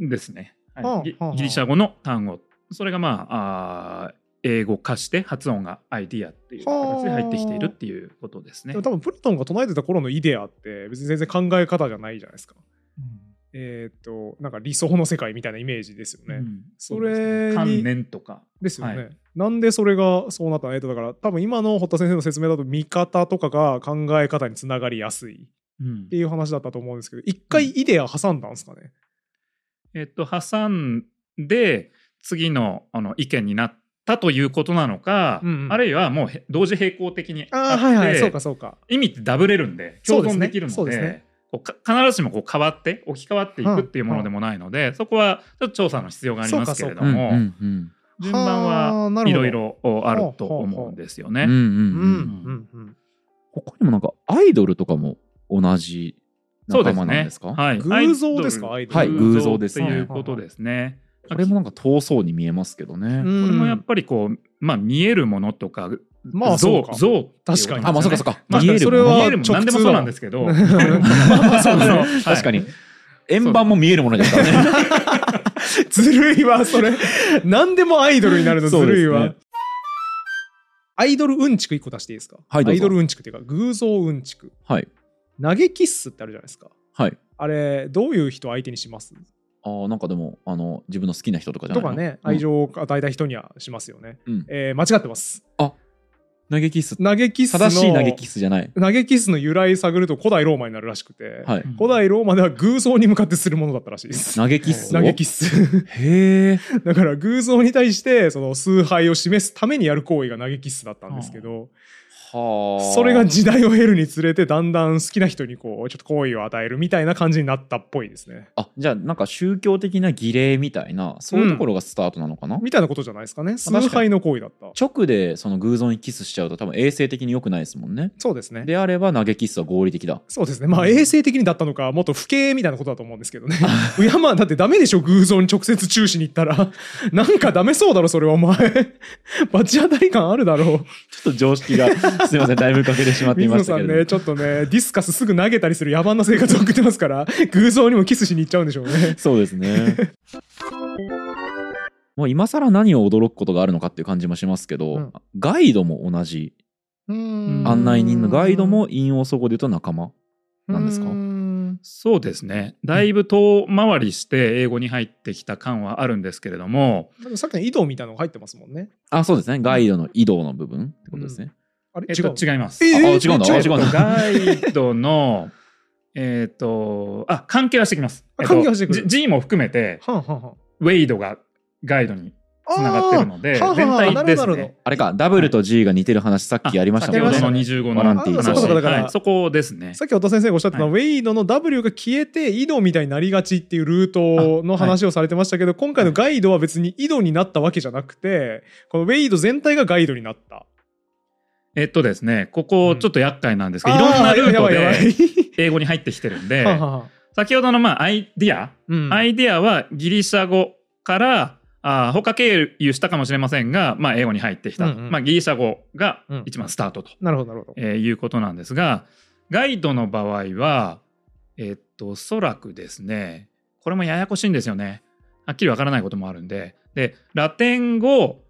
S3: ですね、はい
S2: はあ
S3: ギ
S2: はあはあ
S3: ギリシャ語の単語それがまああー英語化して発音がアイディアっていう形で入ってきているっていうことですね
S2: でも。多分プルトンが唱えてた頃のイデアって別に全然考え方じゃないじゃないですか。えーっとなんか理想の世界みたいなイメージですよね。
S3: うん
S2: そう
S3: です
S2: れ
S3: ね
S2: に
S3: 観念とか
S2: ですよね、
S3: はい
S2: なんでそれがそうなったのえっとだから多分今の堀田先生の説明だと見方とかが考え方につながりやすいっていう話だったと思うんですけど一回イデア挟んだんですかね、
S3: えっと、挟んで次のあの意見になったということなのか、
S2: うんうん
S3: あるいはもうへ同時並行的に
S2: あ
S3: あ
S2: あ
S3: って
S2: はいはいそうかそうか
S3: 意味ってダブれるんで
S2: そ
S3: 共
S2: うです
S3: 存
S2: ね
S3: できるの
S2: そうで
S3: で
S2: すね
S3: こうか必ずしもこう変わって置き換わっていくっていうものでもないので、そこはちょっと調査の必要がありますけれど
S1: うんう
S3: も、
S1: んうん
S3: 順番
S2: はあな
S3: は
S2: る
S3: い
S2: ほど
S3: ろいろあると思うんですよね。
S1: うん
S2: うん
S1: うんうん
S2: うんうん
S1: 他にもなんかアイドルとかも同じ
S3: そうで
S1: 仲間
S3: す
S1: なん
S3: ね
S1: ですか。
S3: はい、
S2: 偶像ですか
S3: アイドル
S1: はい偶像です
S3: ということですね。
S1: これもなんか遠そうに見えますけどね。
S2: うん
S3: これもやっぱりこう、まあ、見えるものとか、
S2: まあそう
S3: 像
S2: か
S3: 像っていうことで
S2: 確
S3: すよ
S2: か
S3: ね
S2: に
S1: あ、まあ、そうか、そうか。
S3: まあ
S1: 見える
S2: それ
S1: もの
S2: は
S3: 見えるも
S2: 直通だ
S3: 何でもそうなんです
S1: <laughs>
S3: けど
S1: そうですね
S3: あのはい
S1: 確かに。円盤も見えるものですからね。
S2: ずるいわそ
S1: <laughs>
S2: れ何でもアイドルになるのず
S1: そうですね
S2: るいわ、アイドルうんちく一個出していいですか、
S1: はいど
S2: ア
S1: うぞ
S2: イドルうんちくっていうか偶像うんちく
S1: はい。
S2: 投げキッスってあるじゃないですか
S1: はい。
S2: あれどういう人相手にします
S1: あーなんかでも、あの、自分の好きな人とかじゃな
S2: と
S1: いの
S2: かね、
S1: うん
S2: 愛情を与えた人にはしますよね、
S1: うん
S2: えー間違ってます
S1: 投げキッス。
S2: 投げキッスの
S1: 正しい投げキッスじゃない。
S2: 投げキスの由来探ると古代ローマになるらしくて、
S1: はい。
S2: 古代ローマでは偶像に向かってするものだったらしいです
S1: 投げキッスを。
S2: 投げキス
S1: へえ。
S2: だから偶像に対してその崇拝を示すためにやる行為が投げキスだったんですけど、
S1: はあ。
S2: それが時代を経るにつれてだんだん好きな人にこうちょっと好意を与えるみたいな感じになったっぽいですね
S1: あ、じゃあ、なんか宗教的な儀礼みたいな、そういうところがスタートなのかな。
S2: みたいなことじゃないですかね
S1: 確かに
S2: 崇拝の行為だった
S1: 直で、その偶像にキスしちゃうと、多分衛生的に良くないですもんね。
S2: そうですね
S1: であれば、投げキッスは合理的だ。
S2: そうですねまあ衛生的にだったのかもっと不敬みたいなことだと思うんです
S1: <laughs>
S2: けどねいやまあだってダメでしょ偶像に直接注視に行ったらなんかダメそうだろそれはお前 <laughs> 罰当たり感あるだろ
S1: ちょっと常識 <laughs> が、すいません、だいぶ欠けてしまっ
S2: う
S1: てい
S2: 水
S1: ま
S2: 野
S1: した
S2: さ
S1: け
S2: ん
S1: れども
S2: ね。ちょっとねディスカスすぐ投げたりする野蛮な生活を送ってますから偶像にもキスしに行っちゃうんでしょうね
S1: そうです <laughs> ね。もう今更何を驚くことがあるのかっていう感じもしますけど、
S2: うん
S1: ガイドも同じ案内人のガイドも陰を底で言うと仲間なんですか
S3: そうですね。だいぶ遠回りして英語に入ってきた感はあるんですけれども、
S2: でもさっきの井戸みたいなのが入ってますもんね
S1: あそうですねガイドの移動の部分ってことですね、
S2: あれ
S3: えっ
S2: 違
S3: と、
S2: う
S3: 違います。
S2: え
S1: あ
S2: ー
S1: あ違うんだ
S2: え
S1: あ
S3: えっ
S1: 違うんだ
S3: とガイドの、えっと、あ、関係はしてきます。
S2: あ関係はしてくる
S3: えっと G G も含めて、
S2: はんはんはん
S3: ウェイドがガイドに
S2: あー
S3: つながってるの
S2: は
S3: で、
S2: んはん
S3: 全
S2: はんな
S3: 体
S2: るほど
S3: です
S2: なる
S3: ね
S2: ほ。
S1: あれか W と G が似てる話さっきやりました
S3: 先
S1: け
S3: ほ
S1: ど
S2: あ
S3: どの
S2: やりま
S3: 25
S1: ボラン
S3: の
S1: ティ
S2: あ
S1: ア
S2: そ
S1: の
S2: うかそうかだから
S3: はいそこですね
S2: ど。さっき太田先生がおっしゃってた、
S3: はい
S2: ウェイドの W が消えて井戸みたいになりがちっていうルートの話をされてましたけど、今回のガイドは別に井戸になったわけじゃなくてこのウェイド全体がガイドになった
S3: えっとですね、ここちょっと厄介なんですけど、
S2: あ
S3: いろんなルート
S2: やばいやば
S3: で
S2: い
S3: 英語に入ってきてるんで、
S2: はんはんはん
S3: 先ほどのまあアイディア、
S2: うん
S3: アイディアはギリシャ語からあー他経由したかもしれませんが、まあ、英語に入ってきた、
S2: うんうん
S3: まあ、ギリシャ語が
S2: うん
S3: 一番スタートと、
S2: なるほどなるほど
S3: えーいうことなんですがガイドの場合はえっとおそらくですねこれもややこしいんですよねはっきりわからないこともあるんででラテン語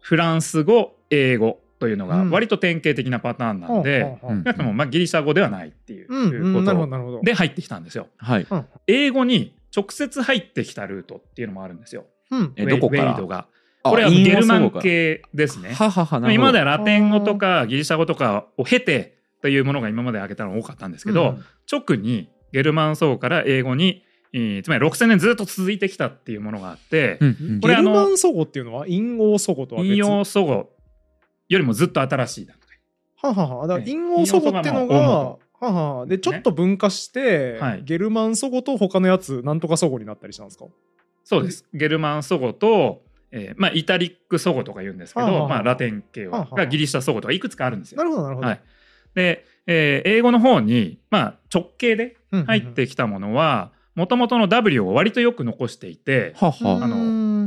S3: フランス語英語というのが
S2: うん
S3: 割と典型的なパターンなんで、
S2: はんはんはん
S1: うん
S3: 少なくともまあギリシャ語ではないっていう
S2: うん
S3: いううんこ
S2: なるほど
S3: と
S2: なるほど
S3: で入ってきたんですよ。
S1: はい
S3: 英語に直接入ってきたルートっていうのもあるんですよ。
S2: うん
S1: えどこか
S3: ウェイウ
S1: ら
S3: ェイドが。
S1: あ
S3: これは
S1: 陰
S3: ゲ
S1: を
S3: ルマ
S1: 底
S3: ン
S1: から
S3: 系ですね。
S1: はははなるほど
S3: 今まではラテン語とかギリシャ語とかを経てというものが今まで挙げたのが多かったんですけど、
S2: うん
S3: 直にゲルマン層から英語に、えーつまり6000年ずっと続いてきたっていうものがあって、
S1: うんうん
S3: こ
S2: ゲル
S3: れあの
S2: マン祖語っていうのは陰王祖語とは別
S3: 引用祖語よりもずっと新しい段
S2: はんはんはんだから
S3: ええ
S2: 陰王祖語っていうの
S3: 陰
S2: が
S3: 陽
S2: はんはんはんで
S3: ね
S2: ちょっと分化して、
S3: はい
S2: ゲルマン祖語と他のやつなんとか祖語になったりしたんですか
S3: そうです。ゲルマン祖語と、えーまあ、イタリック祖語とか言うんですけど、
S2: はあはあ
S3: まあ、ラテン系は
S2: はあはあ
S3: がギリシャ祖語とかいくつかあるんですよ。
S2: なるほどなるほど、
S3: はい、で、えー英語の方に、まあ、直系で
S2: うんうんうん
S3: 入ってきたものはもともとの W を割とよく残していて、
S1: はは
S3: あの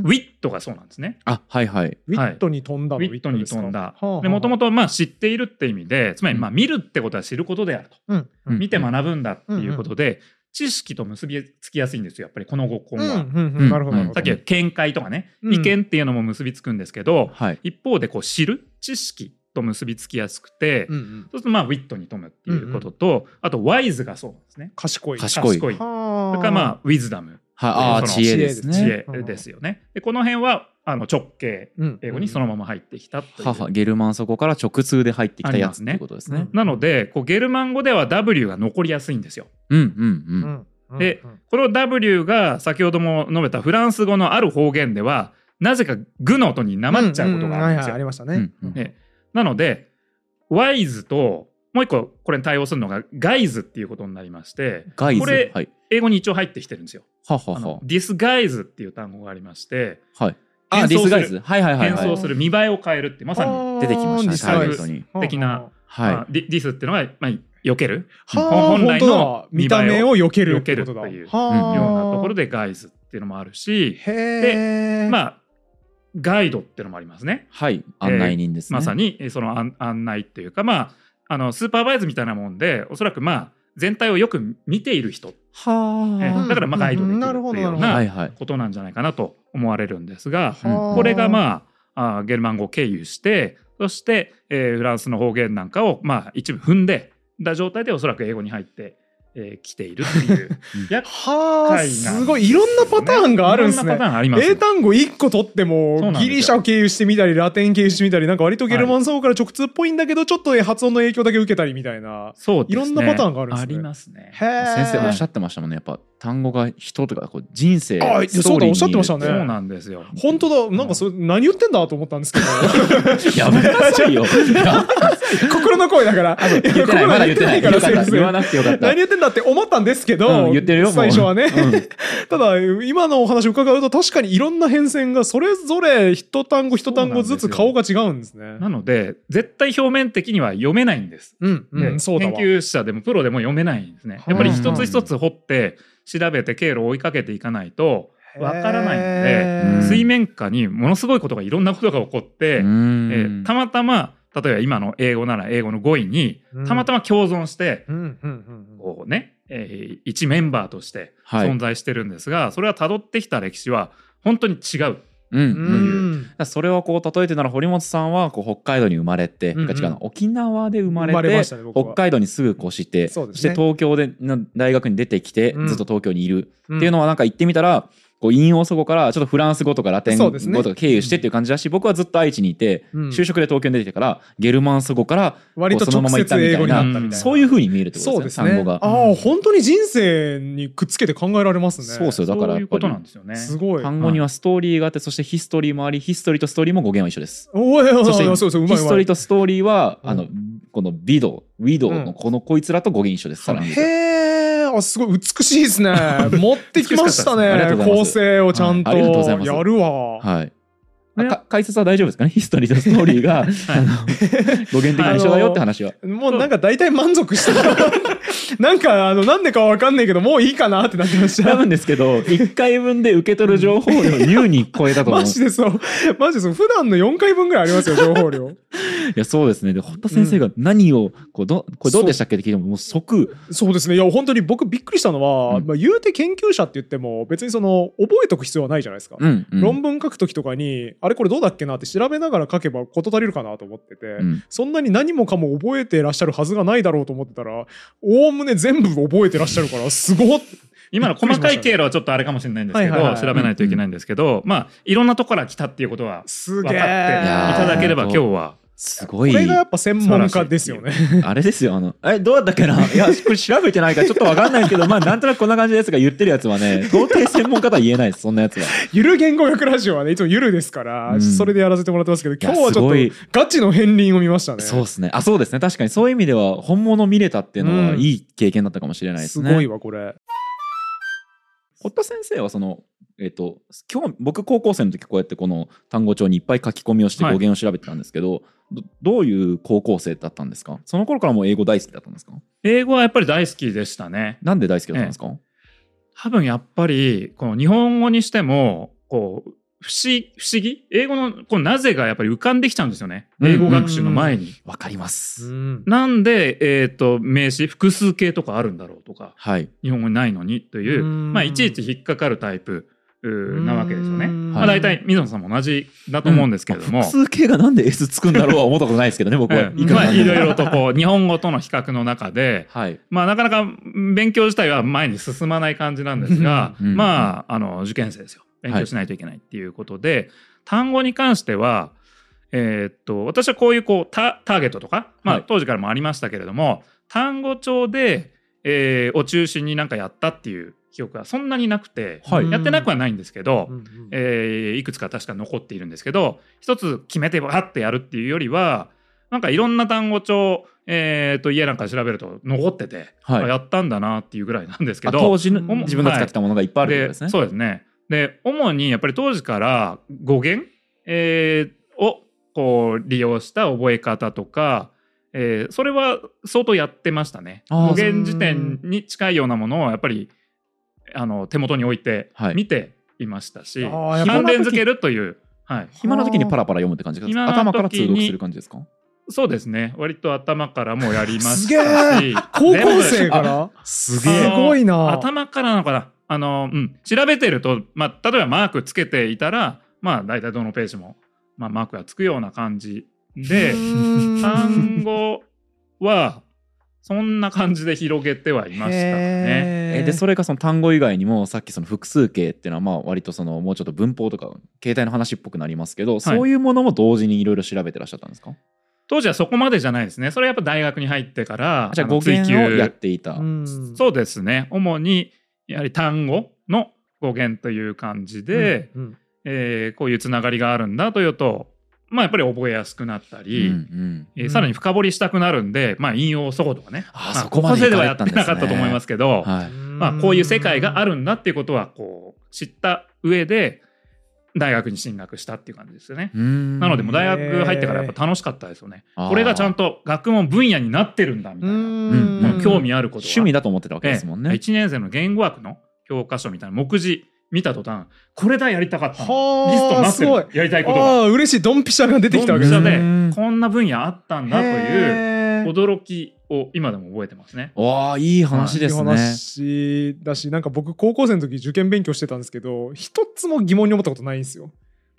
S2: の
S3: ウィットがそうなんですね。
S1: あはいはい
S2: ウィットに飛んだ
S3: ウ
S2: の
S3: ィットに飛んだ。で
S2: も
S3: もと
S2: と
S3: も
S2: もと
S3: とまあ知っているって意味でつまりまあ
S1: うん
S3: 見るってことは知ることであると、
S1: うん
S3: 見て学ぶんだっていうことで、知識と結びつきやすいんですよやっぱりこの語根
S2: うんう
S3: は。
S2: んう
S1: うん
S2: んなるほどなるほど
S3: さっきは見解とかね、
S2: うん
S3: 意見っていうのも結びつくんですけど、
S1: はい。
S3: 一方でこう知る知識と結びつきやすくて、
S2: うんうん
S3: そうするとまあウィットに富むっていうことと、あとワイズがそうなんですね。
S2: 賢い
S1: 賢い
S3: 賢い。そ
S2: は
S3: れからまあウィズダム、
S1: はい、ああ、
S3: その
S1: 知恵です
S3: 知
S1: ね。
S3: 恵ですよね。でこの辺はあの直径
S2: うん
S3: 英語にそのまま入ってきたという。
S1: 母、ゲルマンそこから直通で入ってきたやつ
S3: あります
S1: っ
S3: ね
S1: ていうことですね。
S3: なのでこうゲルマン語では W が残りやすいんですよ。
S1: うんうんうん。
S2: うん
S3: で
S2: うん
S3: この W が先ほども述べたフランス語のある方言ではなぜかグの音になまっちゃうことがあるんです
S2: うんうんはいはい
S3: よ
S2: あり。ました
S1: う
S2: ね
S1: んうん
S3: ねなのでワイズともう一個これに対応するのがガイズっていうことになりまして
S1: ガイズ。
S3: こ
S1: はい
S3: れ。英語に一応入ってきてるんですよ。
S1: はは
S3: あの
S1: は。
S3: ディスガイズっていう単語がありまして
S1: はい。あ、
S3: 変
S1: ディ
S3: 装
S1: ス
S3: する
S1: ガイズ。はいはいはい
S3: 変
S1: は
S3: 装
S1: い。
S3: する見栄えを変えるってまさに
S2: あー
S1: 出てきましたね、
S2: 実
S1: ター
S2: 際
S1: ゲットに。
S3: 的な
S1: はい。
S3: まあディディスっていうのが、まあ、避ける
S2: はあ
S3: 本来の
S2: 本当だ見た目を避けるってことだ
S3: 避けるっていう
S1: あ
S3: よう
S1: ー
S3: なところでガイズっていうのもあるし、
S2: へえ
S3: ま
S2: あ
S3: あガイドっていうのもありますね。
S1: はい。
S3: ー
S1: 案内人ですね。
S3: まさ。にえーその案案内っていうか、まあ、あのスーパーバイズみたいなもんでおそらくまあ全体をよく見ている人、え
S1: は
S3: ーだからまあ
S2: うん
S3: ガイドできるって
S2: なるほど
S3: いうよう
S1: あ。は
S3: ない
S1: はい。
S3: ことなんじゃないかなと思われるんですが、
S1: うん
S3: これがまああーゲルマン語を経由してそして、えーフランスの方言なんかをまあ一部踏んでた状態でおそらく英語に入ってき、えー来ているっていう
S2: <laughs>
S3: やっ
S2: はあ
S3: 海岸
S2: すごいいろんなパターンがあるんです
S3: いろんな
S2: ね
S3: パターンあります
S2: 英単語1個取って
S3: そうな
S2: も
S3: んです
S2: ギ
S3: よ
S2: リシャを経由してみたりラテン経由してみたりなんか割とゲルマン層から直通っぽいんだけどちょっと発音の影響だけ受けたりみたいな
S3: そうですね
S2: いろんなパターンがあるんですね
S3: ありますね。
S2: へえ
S1: 先生おっしゃ
S2: ゃ
S1: ってましたもんね。やっぱ単語が人とかこう人生
S2: あいや
S1: ストーリーに
S2: そうだおっしゃってましたね
S3: そうなんですよ。
S2: 本当だなんかそれ何言ってんだと思ったんですけど
S1: やめなさいよ。
S2: 心の声だから
S1: 言ってないまだ言ってない。
S2: 心
S1: よかっ
S2: の声からす
S1: た
S2: いません
S1: 言わなくてよかった。
S2: 何言ってんだって思ったんですけど、
S1: うん言ってるよもう
S2: 最初はね、
S1: うん
S2: ただ今のお話を伺うと確かにいろんな変遷がそれぞれ一単語一単語ずつ顔が違うんですね
S3: なので絶対表面的には読めないんです。
S2: うん、う
S3: で
S2: ん、そうだわ
S3: 研究者でもプロでも読めないんですね
S2: は。あ
S3: やっぱり一つ一つ掘って調べて経路を追いかけていかないとわからないので、
S1: うん
S3: 水面下にものすごいことがいろんなことが起こって、え
S1: ん
S3: ーたまたま例えば今の英語なら英語の語彙に
S2: うん
S3: たまたま共存して、
S2: うんうんうん
S3: こうね、えー一メンバーとして
S1: はい。
S3: 存在してるんですが、それは辿ってきた歴史は本当に違う。
S1: うんう
S2: う
S1: ん
S2: ん
S1: だからそれをこう例えてなら堀本さんはこう北海道に生まれて、
S2: うんうん
S1: てか違うな沖縄で生まれて
S2: 生まれましたね僕は
S1: 北海道にすぐ越して
S2: そうですね
S1: して東京でな大学に出てきて、
S2: うん
S1: ずっと東京にいる、
S2: うん
S1: っていうのはなんか言ってみたらこう引用そこからちょっとフランス語とかラテン
S2: そ
S1: 語
S2: うですね
S1: とか経由してっていう感じだし、僕はずっと愛知にいて、
S2: うん
S1: 就職で東京に出てきてからゲルマンス語から
S2: 割と
S1: こうその
S2: 直
S1: まま行っ
S2: 接
S1: たみたい
S2: 英
S1: な
S2: 語になったみたいな、
S3: うん
S1: そういうふうに見えるってこと
S2: そう
S1: で
S2: ですす
S1: よ
S2: ね
S1: 単語が。
S2: ああ本当に人生にくっつけて考えられますね
S1: そうですよだから
S3: そう
S1: や
S3: い
S1: っ
S3: う
S1: ぱ
S3: こ
S1: り
S3: となんですよね。
S2: すごい
S1: 単語にはストーリーがあってそしてヒストリーもありヒストリーとストーリーも語源は一緒です。
S2: おいおいおい
S1: そして
S2: そうそうう
S1: ヒ
S2: まいう
S1: ス
S2: ま
S1: トリ
S2: い
S1: ーとストーリーは、
S2: うん
S1: あのこのビドウィドウのこのこいつらと語源一緒です、さらに言うと
S2: へえ、あ、すごい美しいで
S1: <laughs>
S2: すね。持ってきま
S1: 美し
S2: した
S1: かった
S2: ね
S1: ですねありがとうご。ざいま
S2: 構
S1: す
S2: 成をちゃんと。
S1: はいありがとうございます
S2: やるわ。
S1: はい
S3: ね
S1: あか解説は大丈夫ですかねヒストリーとストーリーが、あ
S2: <laughs>
S1: の語源的に一緒だよって話は。
S2: もうなんか大体満足した。 <laughs> なんか、あの、なんでかわかんないけど、もういいかなってなってまし
S1: 多 <laughs>
S2: た。
S1: 分ですけど1回分で受け取る情報量優に超えたと思う
S2: マ
S1: い
S2: ジでそう。マジでそう。普段の4回分ぐらいあり
S1: <laughs>
S2: ますよ、情報量。
S1: やそうですねで堀田先生が何をこうどこれどうでしたっけって聞いてももう即
S2: そうですね。いや、本当に僕びっくりしたのは、
S1: うん
S2: まあ、言うて研究者って言っても、別にその、覚えとく必要はないじゃないですか。
S1: うんうん
S2: 論文書くときとかに、あれこれどうだっけなって調べながら書けば事足りるかなと思ってて。
S1: うん
S2: そんなに何もかも覚えてらっしゃるはずがないだろうと思ってたら、おおむね全部覚えてらっしゃるから、すごっ。
S3: 今の細かい経路はちょっとあれかもしれないんですけど、
S2: はいはいはい
S3: 調べないといけないんですけど、まあいろんなとこから来たっていうことは
S2: す
S3: 分
S2: げ
S3: か
S2: え。
S3: ってい
S1: や
S3: ただければ
S1: い
S3: 今
S1: やー
S3: 日は
S1: す
S2: こ
S1: ごい
S2: れがやっぱ専門家ですよね。
S1: あれですよあのえどうだったっけ <laughs> ないやこれ調べてないからちょっとわかんないですけどまあなんとなくこんな感じですが言ってるやつは <laughs> ね到底専門家とは言えないですそんなやつは。
S2: <laughs> ゆる言語学ラジオはね、いつもゆるですから、
S1: うん
S2: それでやらせてもらってますけど、
S1: や
S2: 今日はち
S1: す
S2: ょ
S1: ごい
S2: っとガチの片鱗を見ましたね。
S1: そうですね。あ、そうですね。確かにそういう意味では本物見れたっていうのは
S2: うん
S1: いい経験だったかもしれないです
S2: す
S1: ね。
S2: ごいわ、これ。
S1: 堀田先生はそのえっ、と今日僕高校生の時こうやってこの単語帳にいっぱい書き込みをして語
S3: はい
S1: 源を調べてたんですけど、どどういう高校生だったんですか。その頃からもう英語大好きだったんですか。
S3: 英語はやっぱり大好きでしたね。
S1: なんで大好きだったんですか。
S3: 多分やっぱりこの日本語にしてもこう不思不思議英語のこのなぜがやっぱり浮かんできちゃうんですよね。
S1: うん
S3: 英語学習の前に。
S1: わかりま
S2: う
S1: す。
S2: ん
S3: なんで、えっと名詞複数形とかあるんだろうとか
S1: はい。
S3: 日本語にないのにというう、
S2: ん
S3: まあ、いちいち引っかかるタイプうーなわけですよ
S2: う
S3: ね。
S2: ん
S3: まあ、大体水野さんも同じだと思うんですけれども、
S1: 複数形がなんで S つくんだろうは思ったことないですけどね、
S3: <laughs>
S1: 僕は。
S3: う
S1: い
S3: ん
S1: くら
S3: ま
S1: な
S3: あ
S1: んで
S3: い
S1: も
S3: ろいろとこう <laughs> 日本語との比較の中で、
S1: はい。
S3: まあ、なかなか勉強自体は前に進まない感じなんですが、
S1: うん
S3: まああの受験生ですよ勉強しないといけないっていうことで、単語に関しては、えーっと私はこういうこうタターゲットとか、ま
S1: は
S3: あ
S1: い、
S3: 当時からもありましたけれども、単語帳で、えーを中心になんかやったっていう記憶がそんなになくて、
S1: はい
S2: うん
S3: やってなくはないんですけど、
S2: うんうん
S3: えーいくつか確か残っているんですけど一つ決めてバッてやるっていうよりはなんかいろんな単語帳、えーと家なんか調べると残ってて、
S1: はい
S3: あやったんだなっていうぐらいなんですけ
S1: あ
S3: ど
S1: 当時の
S2: うん
S1: 自分が使ってたものがいっぱいあるってことですね。
S3: そうですねで主にやっぱり当時から語源、えーをこう利用した覚え方とか、えーそれは相当やってましたね
S1: あー
S3: 語源辞典に近いようなものをやっぱりあの手元に置いて
S1: はい
S3: 見ていましたし、
S2: あーやっぱ
S3: 関連づけるという、はい、
S1: 暇な時にパラパラ読むって感じですか
S3: 暇
S1: 頭
S3: な時に
S1: から通読する感じですか
S3: そうですね割と頭からもやりまし
S2: す
S3: た
S2: げ
S3: し
S2: 高校生
S3: 全
S2: か
S3: 部
S2: ら
S1: す
S3: げえ
S2: すごいな。
S3: 頭からなのかなあの、うん、調べてると、まあ、例えばマークつけていたらまあ大体どのページも、まあ、マークがつくような感じで
S2: うん
S3: 単語はそんな感じで広げてはいましたね。
S1: えでそれがその単語以外にもさっきその複数形っていうのはまあ割とそのもうちょっと文法とか携帯の話っぽくなりますけど、そういうものも同時にいろいろ調べてらっしゃったんですか
S3: 当時はそこまでじゃないですね。それはやっぱ大学に入ってから、
S1: じゃあ
S3: あの
S1: 語源をやっていた、
S2: うん
S3: そうですね。主にやはり単語の語源という感じで、
S2: うん
S3: えーこういうつながりがあるんだというと、まあ、やっぱり覚えやすくなったり、
S1: うんうん
S3: えーさらに深掘りしたくなるんで、まあ、引用祖語とかね、
S1: あー
S3: ま
S1: そこまで
S3: 高校
S1: 行
S3: 生で
S1: か
S3: は
S1: れ
S3: や
S1: て
S3: ったて
S1: んですね
S3: なかったと思いますけど、
S1: はい、
S3: まあ、こういう世界があ
S2: る。
S3: るんだっていうことはこう知った上で大学に進学したっていう感じですよね。
S1: な
S3: なのでもう大学入ってからやっぱ楽しかったですよね。
S1: あー
S3: これがちゃんと学問分野になってるんだみたいな、
S1: うん
S3: うん興味あることは
S1: 趣味だと思ってたわけですもんね、
S3: 1年生の言語学の教科書みたいな目次見た途端これだやりたかったの
S2: はあ
S3: リストにな
S2: すごい
S3: って。るやりたいことが
S2: ああ、嬉しい。ドンピシャが出てきたわけ
S1: で
S2: ですす
S1: ね
S3: ドンピシ
S1: うん
S3: ャでこんな分野あったんだという
S2: う
S3: 驚きを今でも覚えてますね。
S1: わあいい話ですね、
S2: 話だし、なんか僕、高校生の時受験勉強してたんですけど、一つも疑問に思ったことないんですよ。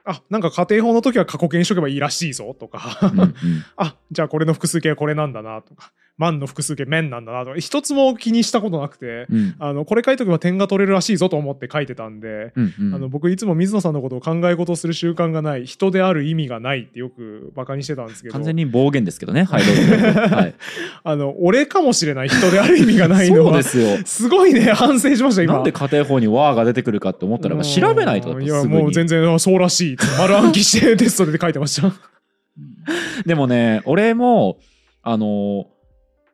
S2: あ、なんか家庭法の時は過去形にしとけばいいらしいぞとか、 <laughs>
S1: うんうん
S2: あ、じゃあこれの複数形はこれなんだなとか、万の複数形面なんだなとか、一つも気にしたことなくて、
S1: うん
S2: あのこれ書いとけば点が取れるらしいぞと思って書いてたんで、
S1: うんうん
S2: あの僕いつも水野さんのことを考え事をする習慣がない人である意味がないってよくバカにしてたんですけど
S1: 完全に暴言ですけどね、はい、どうぞどうぞはい、
S2: あの俺かもしれない人である意味がないの
S1: そう
S2: は
S1: ですよ。
S2: すごいね反省しました今
S1: なんで家庭法にわーが出てくるかって思ったら、やっぱ調べないとやっ
S2: い
S1: ぱ
S2: や
S1: すぐ
S2: もう
S1: に。
S2: 全然あそうらしいって丸暗記してテストで書いて
S1: <laughs>
S2: ました
S1: でもね、俺も、あの、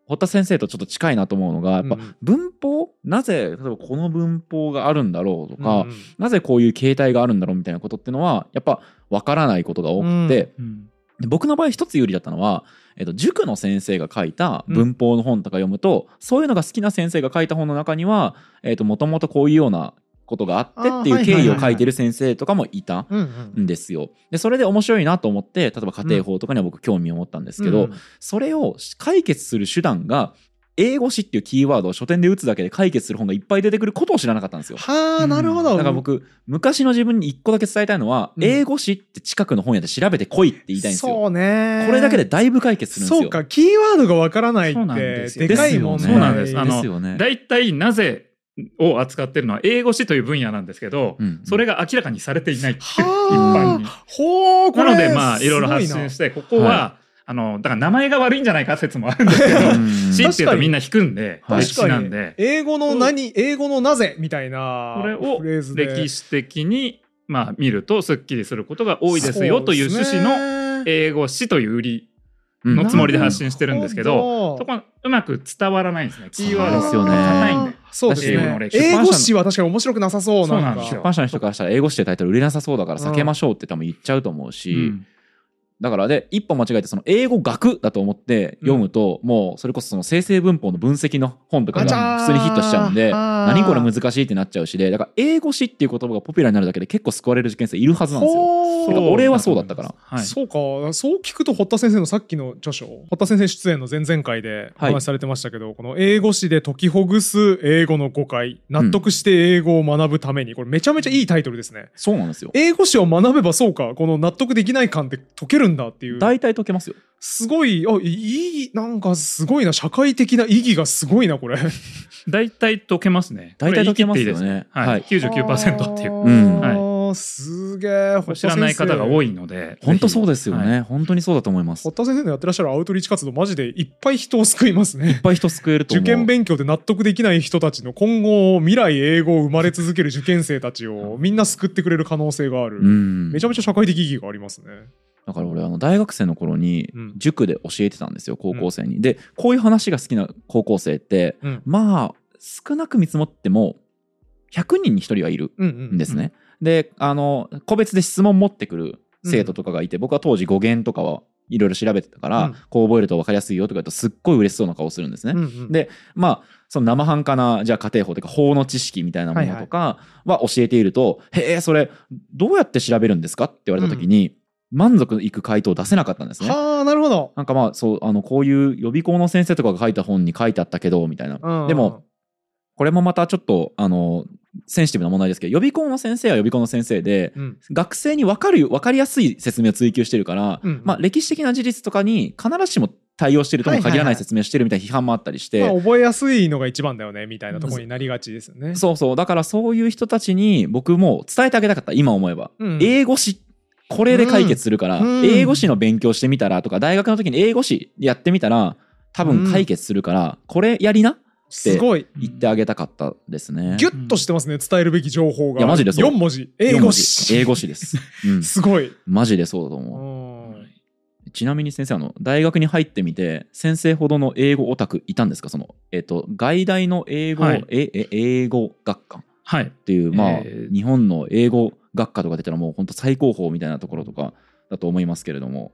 S1: 堀田先生とちょっと近いなと思うのが、やっぱ
S2: うん
S1: 文法なぜ、例えばこの文法があるんだろうとか、
S2: うん
S1: なぜこういう形態があるんだろうみたいなことってのは、やっぱわからないことが多くて、
S3: うん
S1: で僕の場合一つ有利だったのは、えっと、塾の先生が書いた文法の本とか読むと、そういうのが好きな先生が書いた本の中にはもともとこういうようなことがあってって
S2: あーはいいうはいは
S1: 経
S2: い
S1: 緯
S2: はい
S1: を書いてる先生とかもいた
S2: うんうん
S1: んですよ。でそれで面白いなと思って例えば家庭法とかには僕興味を持ったんですけど、
S2: うん
S1: それを解決する手段が英語詞っていうキーワードを書店で打つだけで解決する本がいっぱい出てくることを知らなかったんですよ。
S2: はあなるほど
S1: だから僕昔の自分に一個だけ伝えたいのは、
S2: うん
S1: 英語詞って近くの本屋で調べてこいって言いたいんですよ。
S2: そうね
S1: これだけでだ <laughs> いぶ解決するんですよ。
S2: そうかキーワードがわからないっ
S3: そうなん
S2: て
S3: ですよ
S2: でかいもん
S1: です
S2: ね
S1: よね
S3: そうなんですあの
S1: ですよね。
S3: 大体なぜを扱ってるのは英語詞という分野なんですけど、
S1: うん
S3: それが明らかにされていないっていう
S2: はあ
S3: 一般に
S2: ほうこ
S3: な
S2: れ
S3: のでまあいろいろ発
S2: すごな
S3: 信してここは、
S1: は
S3: あのだから名前が悪いんじゃないか説もあるんですけど
S1: うん
S3: <laughs> 知ってるとみんな引くんで
S1: 確かに
S3: 歴
S2: 確
S3: 史
S2: か
S3: な
S2: に
S3: んで
S2: 英語の何、英語のなぜみたいな
S3: これを
S2: フレーズで
S3: 歴史的にまあ見るとすっきりすることが多いですよという趣旨の
S2: の
S3: 英語詞という売り
S1: うん
S3: のつもりで発信してるんですけど
S2: ど
S3: そこはうまく伝わらないんですねキーワード
S1: そう
S3: が
S1: ですよね
S3: 硬いんで。
S2: そうです
S1: だし英語
S3: の
S2: ね
S3: 歴史
S2: 英語詞は確かに面白くなさそう
S3: そう
S2: な
S3: なんん
S2: か
S3: です
S1: 出
S3: よ
S1: 版社の人からしたら英語詞でタイトル売れなさそうだから避けましょうって多分言っちゃうと思うし、
S3: うん
S1: だからで一歩間違えてその英語学だと思って読むと、もうそれこそその生成文法の分析の本とかが普通にヒットしちゃうんで何これ難しいってなっちゃうしでだから英語詞っていう言葉がポピュラーになるだけで結構救われる受験生いるはずなんですよ。
S2: ほ
S1: て
S2: ー
S1: か俺はそうだったから。
S3: はい、
S2: そうかそう聞くと堀田先生のさっきの著書堀田先生出演の前々回でお
S1: はい
S2: 話しされてましたけど、この英語史で解きほぐす英語の誤解納得して英語を学ぶために、これめちゃめちゃいいタイトルですね
S1: そうなんですよ。
S2: 英語史を学べばそうかこの納得できない感って解けるんだっていう
S1: 大体解けますよ。
S2: すごいあいいなんかすごいな社会的な意義がすごいなこれ
S3: 大体解けますね。
S1: 大体解けますよね
S3: これ言い切っていいです
S1: は
S3: はいい、99%っていう。
S1: うん
S2: はい、すげえ
S3: これ知らない方が多
S2: い
S3: いので、
S1: 本当そうですよね、
S3: は
S1: 本当にそうだと思います。いっ
S2: 堀田先生のやってらっしゃるアウトリーチ活動マジでいっぱい人を救いますね
S1: ぱい人救え <laughs> ると思
S2: 受
S1: う。
S2: 験勉強で納得できない人たちの今後未来英語を生まれ続ける受験生たちをみんな救ってくれる可能性がある、
S1: うん。
S2: めちゃめちゃ社会的意義がありますね
S1: だから俺あの大学生の頃に
S2: うん
S1: 塾で教えてたんですよ高校生に。でこういう話が好きな高校生って、
S2: うん
S1: まあ少なく見積もっても100人に1人はいる
S2: うん
S1: んですね。であの個別で質問持ってくる生徒とかがいて、僕は当時語源とかはいろいろ調べてたから、
S2: うん
S1: こう覚えると分かりやすいよとか言うとすっごい嬉しそうな顔するんですね。
S2: うんうん
S1: でまあその生半可なじゃあ家庭法というか法の知識みたいなものとかは教えていると「へえそれどうやって調べるんですか?」って言われた時に、満足いく回答を出せなかったんですね。
S2: はあなるほど、
S1: なんかまあそうあのこういう予備校の先生とかが書いた本に書いてあったけどみたいな
S2: うん
S1: でもこれもまたちょっとあのセンシティブな問題ですけど予備校の先生は予備校の先生で
S2: うん
S1: 学生に分かるよ分かりやすい説明を追求してるから、
S2: うん
S1: まあ、歴史的な事実とかに必ずしも対応してるとも限らない説明をしてるみたいな批判もあったりして、
S2: まあ、覚えやすいのが一番だよねみたいなところになりがちですよね、
S1: そうそうだからそういう人たちに僕も伝えてあげたかった今思えば、
S2: うん
S1: 英語史これで解決するから、
S2: うん
S1: 英語史の勉強してみたらとか大学の時に英語史やってみたら多分解決するから、これやりな
S2: すごい
S1: 言ってあげたかったですね。
S2: ギュッとしてますね伝えるべき情報が
S1: いやマジでそう
S2: 4文字英語史
S1: 英語史です、うん、
S2: すごい、
S1: マジでそうだと
S2: う
S1: 思
S2: ん
S1: うちなみに先生あの大学に入ってみて先生ほどの英語オタクいたんですかそのえっ、と外大の英語、
S3: はい
S1: ええ英語学科
S3: はい
S1: っ。ていう、まあ、
S3: えー
S1: 日本の英語学科とか出たらもう本当最高峰みたいなところとかだと思いますけれども、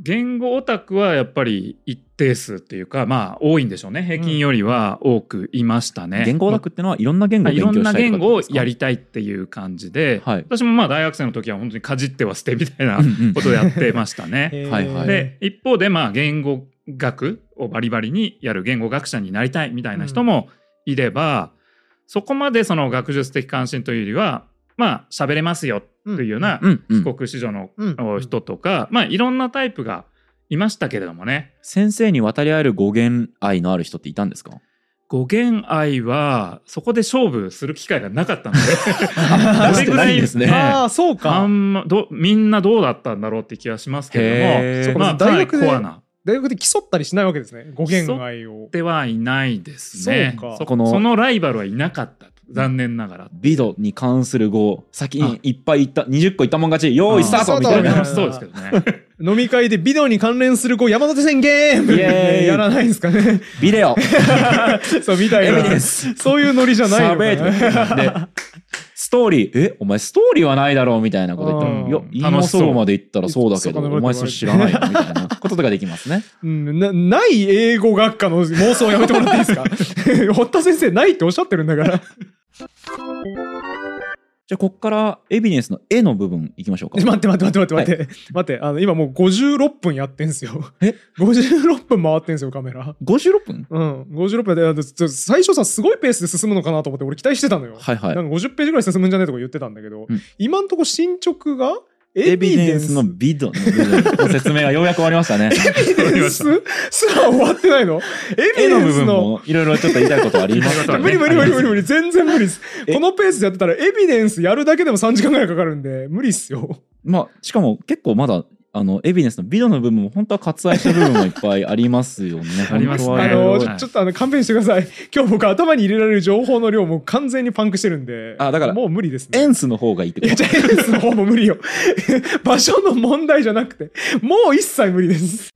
S3: 言語オタクはやっぱり一定数っていうか、まあ多いんでしょうね。平均よりは多くいましたね。
S1: 言語オタクってのはいろんな言語を
S3: い
S1: 勉強
S3: ろん
S1: し
S3: な
S1: たい
S3: 言
S1: とか
S3: 語を
S1: ってことですか
S3: やりたいっていう感じで、
S1: はい
S3: 私もまあ大学生の時は本当にかじっては捨てみたいな
S1: うんうん
S3: ことをやってました
S1: <laughs>
S3: ね。
S2: へー
S1: はいはい
S3: で一方でまあ言語学をバリバリにやる言語学者になりたいみたいな人もいれば、そこまでその学術的関心というよりはまあ喋れますよというような
S1: うんうん
S3: 帰国子女の
S2: うん
S3: お人とか、まあいろんなタイプがいましたけれどもね
S1: 先生に渡り合える語源愛のある人っていたんですか
S3: 語源愛はそこで勝負する機会がなかったので
S1: <laughs> あ
S3: <laughs> どれぐら
S1: ないんですね
S2: ああそうか
S3: あんまどみんなどうだったんだろうって気がしますけ
S1: へー
S3: れ
S1: そう
S3: ど
S1: か
S3: も、まあ、
S2: 大
S3: 大
S2: 学
S3: 学
S2: で
S3: コアな
S2: 大学で競ったりしないわけですね語源愛を
S3: ではいないですね。
S2: そうか
S1: この
S3: そのライバルはいなかった残念ながら。
S1: 美度に関する語先に
S3: あ
S1: いっぱい言った20個言ったもん勝ち用意スター
S2: あ
S1: ト
S2: ー
S1: みたい
S2: スタ
S1: な
S2: ー
S3: そうですけどね。 <laughs>
S2: 飲み会でビデオに関連するこう山手線ゲーム
S1: イエーイ
S2: やらないんです
S1: <laughs>
S2: かね
S1: ビデオ
S2: <laughs> そうみた
S1: エ
S2: い
S1: ビデ
S2: な
S1: ンス
S2: そういうノリじゃないの
S1: サ
S2: か
S1: ベ
S2: な
S1: ーでストーリーえお前ストーリーはないだろうみたいなこと言って
S2: う
S1: も
S2: ん
S1: いや陰謀そうまで言ったらそうだけど
S2: 楽しそう
S1: お前それ知らないよみたいなこととかできますね
S2: うんなない英語学科の妄想やめてもらっていいですか <laughs> 堀田先生ないっておっしゃってるん
S1: <laughs>
S2: だから
S1: じゃあここからエビデンスの絵の部分いきましょうか。
S2: え <laughs> 待って待って待って待って待って、待ってあの今もう56分やってんすよ
S1: え
S2: 56分回ってんすよカメラ
S1: 56分
S2: うん56分であのちょ最初さすごいペースで進むのかなと思って俺期待してたのよ
S1: はいはい。
S2: なんか50ページぐらい進むんじゃねえとか言ってたんだけど、
S1: うん
S2: 今んとこ進捗がエ
S1: エ
S2: ビ
S1: ビ
S2: デ
S1: デ
S2: ン
S1: ン
S2: ス
S1: スのビドの部分の説明がようやく終わりましたね。 <laughs>
S2: エビデンスすら終わってないの <laughs> エビ
S1: 絵の
S2: デン
S1: 部
S2: ス
S1: 分
S2: の
S1: もいろいろちょっと言いたいことあります
S2: <laughs>
S1: けどね
S2: 無理無理無理無理無理全然無理です
S1: え
S2: このペースでやってたらエビデンスやるだけでも3時間ぐらいかかるんで無理っすよ
S1: まあしかも結構まだあのエビデンスのビドの部分も本当は割愛した部分もいっぱいありますよね。
S3: ありますね
S1: 本当は
S2: <laughs> あ
S1: いろ
S2: の
S1: い
S2: ち
S1: ろ
S2: ょちょっとあの勘弁してください今日僕頭に入れられる情報の量もう完全にパンクしてるんで
S1: あだから
S2: もう無理ですね
S1: エンスの方がいいって
S2: い
S1: こ
S2: や
S1: と
S2: じゃあエンスの方も無理よ <laughs> 場所の問題じゃなくてもう一切無理です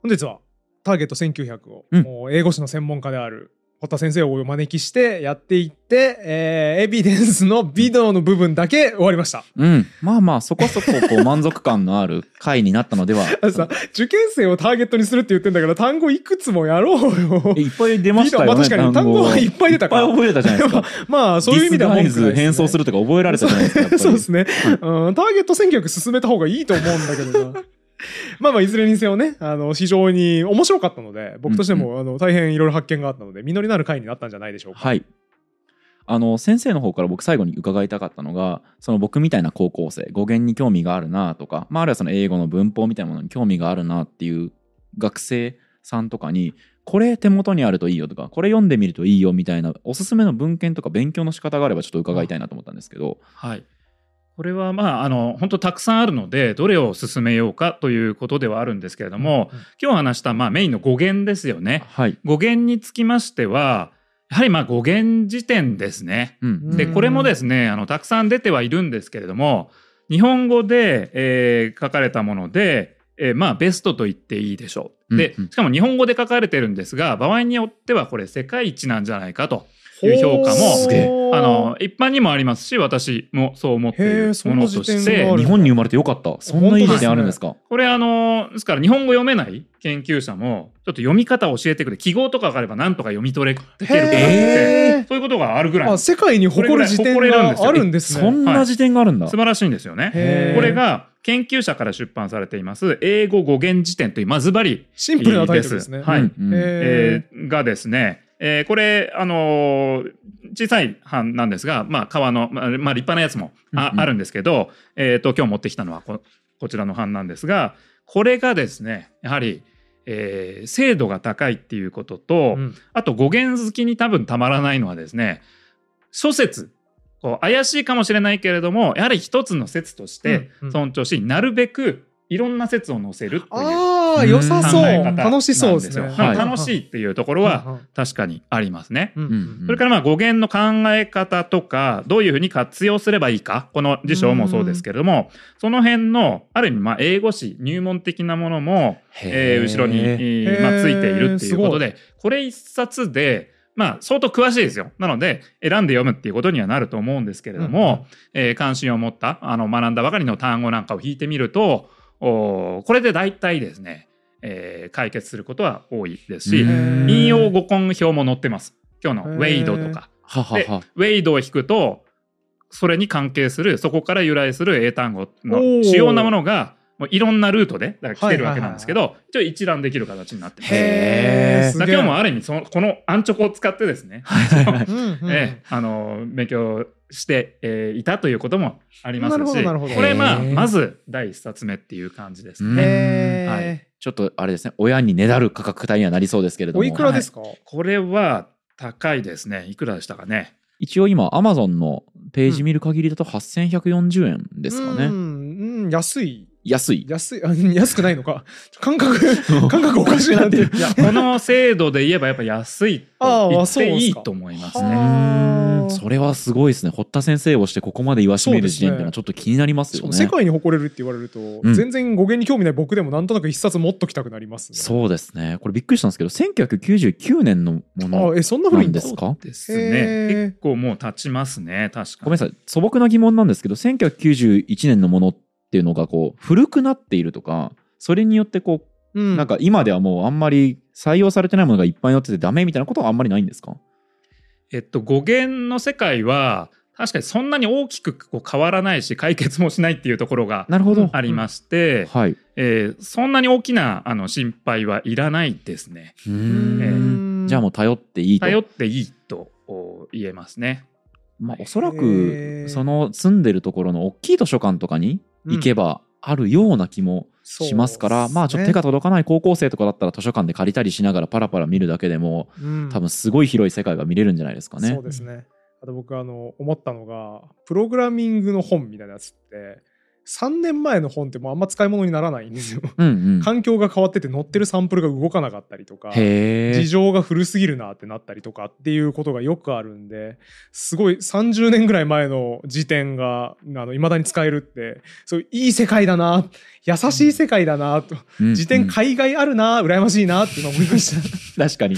S2: 本日はターゲット1900を、
S1: うん
S2: もう英語史の専門家である堀田先生をお招きしてやっていって、えーエビデンスのビデオの部分だけ終わりました。
S1: うん、まあまあそこそここう満足感のある回になったのでは
S2: あのさ受験生をターゲットにするって言ってんだから単語いくつもやろうよ
S1: え。いっぱい出ましたよね、
S2: ビデオまあ確かに単語はいっぱい出たから
S1: いっぱい覚えたじゃないですか
S2: まあ <laughs> そういう意味では
S1: ディ
S2: 文
S1: ス
S2: 句
S1: ガ
S2: ない
S1: イズ変装す
S2: る。
S1: るとか覚えられたじゃないで
S2: <laughs>
S1: すかやっぱり
S2: そうですね、うん。ターゲット戦略進めた方がいいと思うんだけどな。 <laughs> まあまあいずれにせよねあの非常に面白かったので僕としても、あの大変いろいろ発見があったので実りのある回になったんじゃないでしょうか。
S1: はい。あの先生の方から僕最後に伺いたかったのがその僕みたいな高校生語源に興味があるなとか、まあ、あるいはその英語の文法みたいなものに興味があるなっていう学生さんとかにこれ手元にあるといいよとかこれ読んでみるといいよみたいなおすすめの文献とか勉強の仕方があればちょっと伺いたいなと思ったんですけど、
S3: はい、これはまああの本当たくさんあるのでどれを進めようかということではあるんですけれども、
S2: うん
S3: 今日話した、まあ、メインの語源ですよね
S1: はい、
S3: 語源につきましてはやはりまあ語源時点ですね。
S1: うん
S3: で
S2: うん
S3: これもですねあのたくさん出てはいるんですけれども日本語で、えー書かれたもので、えーまあベストと言っていいでしょう。で
S1: うんうん
S3: しかも日本語で書かれてるんですが場合によってはこれ世界一なんじゃないかという評価も
S1: すげえ
S3: あの一般にもありますし私もそう思ってい
S2: へ
S3: る
S2: えそ
S3: も
S2: んな
S3: のと
S2: 時
S3: し
S2: 点があ
S3: て
S2: る
S1: 日本に生まれてよかったそんないい時点あるんですか
S3: これあのですから日本語読めない研究者もちょっと読み方を教えてくれ記号とかがあればなんとか読み取れてるからっ
S2: へ
S3: て
S2: え
S3: そういうことがあるぐらい
S2: あ
S3: 素
S2: 世界に誇る時点があるんです
S1: そ
S2: ね。
S1: んな時点があるんだ、
S3: 晴らしいんですよね。
S2: へー
S3: これが研究者から出版されています英語語源辞典というまあズバリ
S2: シンプルなタイトルですね。
S3: いいですはい
S1: うんうん
S2: え
S3: えーがですね、えーこれ、あのー小さい版なんですが、まあ、革の、まあ、まあ立派なやつもあ,、
S1: うんうん
S3: あるんですけど、えー、と今日持ってきたのはここちらの版なんですがこれがですねやはり、えー精度が高いっていうことと、
S2: うん
S3: あと語源好きに多分たまらないのはですね諸説こう怪しいかもしれないけれどもやはり一つの説として
S2: うんうん
S3: 尊重し、なるべくいろんな説を載せるという
S2: あ
S1: う
S2: あ、
S1: ん
S2: 良さ
S3: 考
S2: そう。
S3: え方
S2: 楽しそうですね。
S3: なんよ
S1: はい
S3: 楽しいっていうところは確かにありますね。
S2: うん、うん
S1: うん
S3: それからまあ語源の考え方とかどういうふうに活用すればいいかこの辞書もそうですけれどもその辺のある意味まあ英語史入門的なものも、えー後ろに、えーまあ、
S2: へー
S3: ついているっていうことでこれ一冊でまあ相当詳しいですよなので選んで読むっていうことにはなると思うんですけれども、えー関心を持ったあの学んだばかりの単語なんかを引いてみるとおーこれで大体ですね、えー解決することは多いですし、
S1: うん
S3: 引用語根表も載ってます今日の
S2: へー
S3: ウェイドとか
S1: ははは
S3: ウェイドを引くとそれに関係するそこから由来する英単語
S2: お
S3: の
S2: ー
S3: 主要なものがもういろんなルートでだから来てる
S2: はい
S3: わ
S2: はいはい
S3: けなんですけど、一応一覧できる形になってます。
S1: へー
S3: だから今日もある意味そのこのアンチョコを使ってですね、
S2: 日も、うんうん
S3: ええあの勉強して、えーいたということもありま
S2: なる
S3: す
S2: ほど
S3: し
S2: なる
S3: こ
S2: ほど
S3: れまあ
S1: へー
S3: まず第一冊目っていう感じですか
S1: うん
S3: ね。
S2: へー
S3: は
S1: ちょっとあれですね親にねだる価格帯にはなりそうですけれども
S2: おいくらですか、
S3: これは高いですねいくらでしたかね
S1: 一応今アマゾンのページ見る限りだと8140円ですかね、
S2: うん、うん安い。
S1: 安い
S2: 安い。あ安くないのか。感覚、感覚おかしいなって。
S3: いやこの制度で言えばやっぱ安いと言っていいと思います
S2: あー
S3: ね。
S2: はあ
S1: それはすごいですね堀田先生をしてここまで言わしめる時点っていうのはちょっと気になりますよ
S2: しか
S1: ね
S2: も世界に誇れるって言われると、
S1: ん
S2: 全然語源に興味ない僕でもなんとなく一冊持っときたくなりますね。
S1: そうですねこれびっくりしたんですけど1999年のもの
S2: あえ、そんな
S1: な
S2: 古いん
S1: ん
S2: だ
S1: で。すか
S3: です
S2: へ
S3: ね。
S2: ー
S3: 結構もう経ちますね確か
S1: ごめんなさい素朴な疑問なんですけど1991年のものっていうのがこう古くなっているとかそれによってこう、
S2: うん
S1: なんか今ではもうあんまり採用されてないものがいっぱい載っててダメみたいなことはあんまりないんですか
S3: えっと語源の世界は確かにそんなに大きくこう変わらないし解決もしないっていうところが
S1: なるほど
S3: ありまして、
S1: はい
S3: えーそんなに大きなあの心配はいらないですね。
S1: う
S2: う
S1: ーん
S2: ん
S1: じゃあもう頼っていいと
S3: 頼っていいとお言えますね。
S1: まあ、おそら
S2: へ
S1: く
S2: ー
S1: その住んでるところの大きい図書館とかに行けばあるような気もしますから、まあちょっと手が届かない高校生とかだったら図書館で借りたりしながらパラパラ見るだけでも
S2: うん
S1: 多分すごい広い世界が見れるんじゃないですかね。
S2: そうですね。あと僕あの思ったのがプログラミングの本みたいなやつって3年前の本ってもうあんま使い物にならないんですよ。
S1: うんうん。
S2: 環境が変わってて載ってるサンプルが動かなかったりとか。
S1: へ
S2: 事
S1: え。
S2: 情が古すぎるなってなったりとかっていうことがよくあるんですごい30年ぐらい前の辞典がいまだに使えるってそういい世界だな優しい世界だなと、
S1: うんうん
S2: 辞典海外あるな羨ましいなって <laughs> 今思いま
S1: 確
S2: し
S1: かに。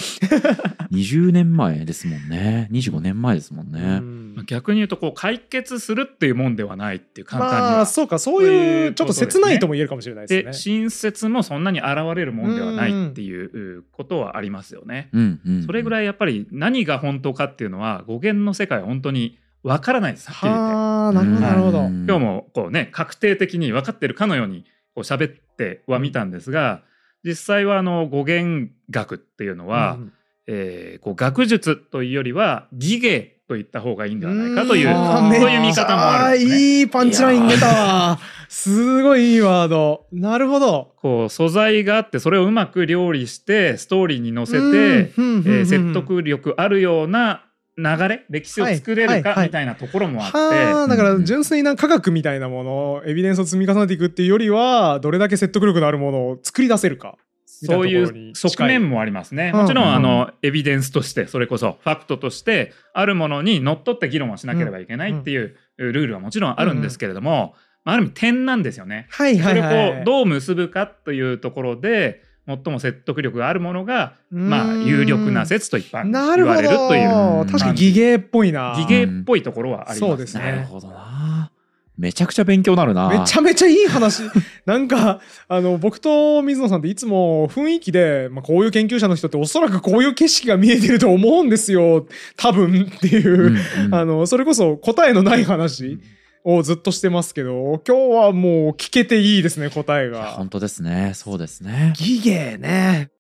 S1: 20年前ですもんね。25年前ですもん
S2: た、
S1: ね
S2: う。ん
S3: まあ逆に言うとこう解決するっていうもんではないっていう簡単には、
S2: まあそうかそういうちょっと切ないとも言えるかもしれないで
S3: で
S2: すね。
S3: 親切もそんなに現れるもんではないっていうことはありますよね。
S1: うんうん。
S3: それ
S1: い。
S3: ぐらいやっぱり何が本当かっていうのは語源の世界は本当にわからないですはっきり言って。
S2: はあなるほどなるほど。
S1: うん
S3: 今日もこうね確定的に分かってるかのようにこう喋ってはみたんですが実際はあの語源学っていうのは、
S2: うん
S3: えーこう学術というよりは技芸といった方がいいんではないかという
S1: うん
S2: あー
S1: そういう
S3: 見方もあるんです
S2: め
S3: ね
S2: っちゃいいパンチライン出たわ。すごいいいワード。なるほど。
S3: こう素材があってそれをうまく料理してストーリーに乗せて、
S2: うん、
S3: えー説
S2: 力
S3: 得力あるような流れ歴史を作れる
S2: はいはい
S3: か
S2: はい
S3: みたいなところもあって、
S2: はあだから純粋な科学みたいなものをエビデンスを積み重ねていくっていうよりはどれだけ説得力のあるものを作り出せるか
S3: そう
S2: み
S3: い
S2: たいなところに
S3: う
S2: 近い
S3: 側面もありますね。
S2: うん
S3: もちろん、
S2: うん
S3: あの、エビデンスとして、それこそファクトとして、あるものにのっとって議論をしなければいけないっていうルールはもちろんあるんですけれども、まあある意味点なんですよね。
S2: はい
S3: そ
S2: はい
S3: れ
S2: はい
S3: をこう、どう結ぶかというところで、最も説得力があるものが、
S2: うーん
S3: まあ、有力な説と一般に
S2: な
S3: 言
S2: るほ
S3: わ
S2: ど
S3: れるという、
S1: う
S2: 確かに技芸っぽいな
S3: 技芸っぽいところはありますね。
S2: そうですね
S1: なるほどな。めちゃくちゃ勉強なるな。
S2: めちゃめちゃいい話 <laughs> なんかあの僕と水野さんっていつも雰囲気で、まあ、こういう研究者の人っておそらくこういう景色が見えてると思うんですよ多分っていうう、
S1: んうん
S2: あのそれこそ答えのない話をずっとしてますけど今日はもう聞けていいですね答え
S1: いや
S2: が。
S1: 本当ですね。そうですね。
S2: ギゲーね。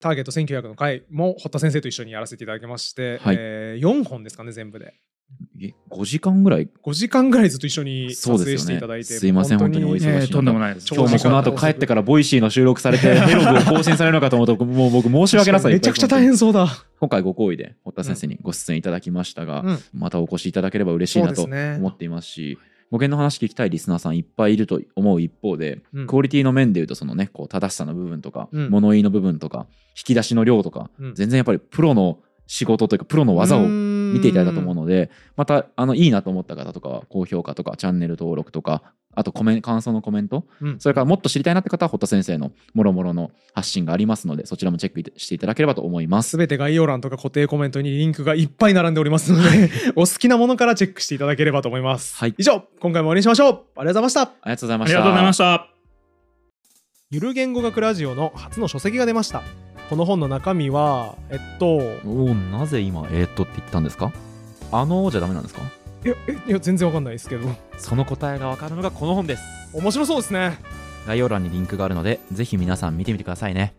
S2: ターゲット1900の回も堀田先生と一緒にやらせていただきまして、
S1: はい
S2: えー4本ですかね全部で
S1: え5時間ぐらい
S2: 5時間ぐらいずっと一緒に撮
S1: そうですよね
S2: 影していただいて、
S1: すいません
S2: に
S1: 本当にお忙しい
S3: えーとんでもないです。
S1: 今日もこの後帰ってからボイシーの収録さ
S2: <laughs>
S1: れてメログを更新されるのかと思うともう僕申し訳なさい
S2: めちゃくちゃ大変そうだ。
S1: 今回ご好意で堀田先生にご出演いただきましたが、
S2: うん
S1: またお越しいただければ嬉しいなと
S2: そうですね
S1: 思っていますし語源の話聞きたいリスナーさんいっぱいいると思う一方で、
S2: うん
S1: クオリティの面でいうとそのねこう正しさの部分とか、
S2: うん
S1: 物言いの部分とか引き出しの量とか、
S2: うん
S1: 全然やっぱりプロの仕事というかプロの技を見
S2: 見
S1: ていただいたと思う
S2: う
S1: のでまたあのいいなと思った方とかは高評価とかチャンネル登録とかあとコメン感想のコメント
S2: ので
S1: それからもっと知りたいなって方は堀田先生のもろもろの発信がありますのでそちらもチェックしていただければと思います。
S2: すべて概要欄とか固定コメントにリンクがいっぱい並んでおりますのでお好きなものからチェックしていただければと思います、
S1: はい
S2: 以上今回も終わりにしましょうありがとうございました
S1: ありがとうござい
S3: あ
S1: まし
S3: り
S1: た。
S3: がとうございました。
S2: ゆる言語学ラジオの初の書籍が出ましたこの本の中身はえっと
S1: おおなぜ今えー、っとって言ったんですかあのー、じゃダメなんですか
S2: いやえいや全然わかんないですけど
S1: その答えがわかるのがこの本です
S2: 面白そうですね
S1: 概要欄にリンクがあるのでぜひ皆さん見てみてくださいね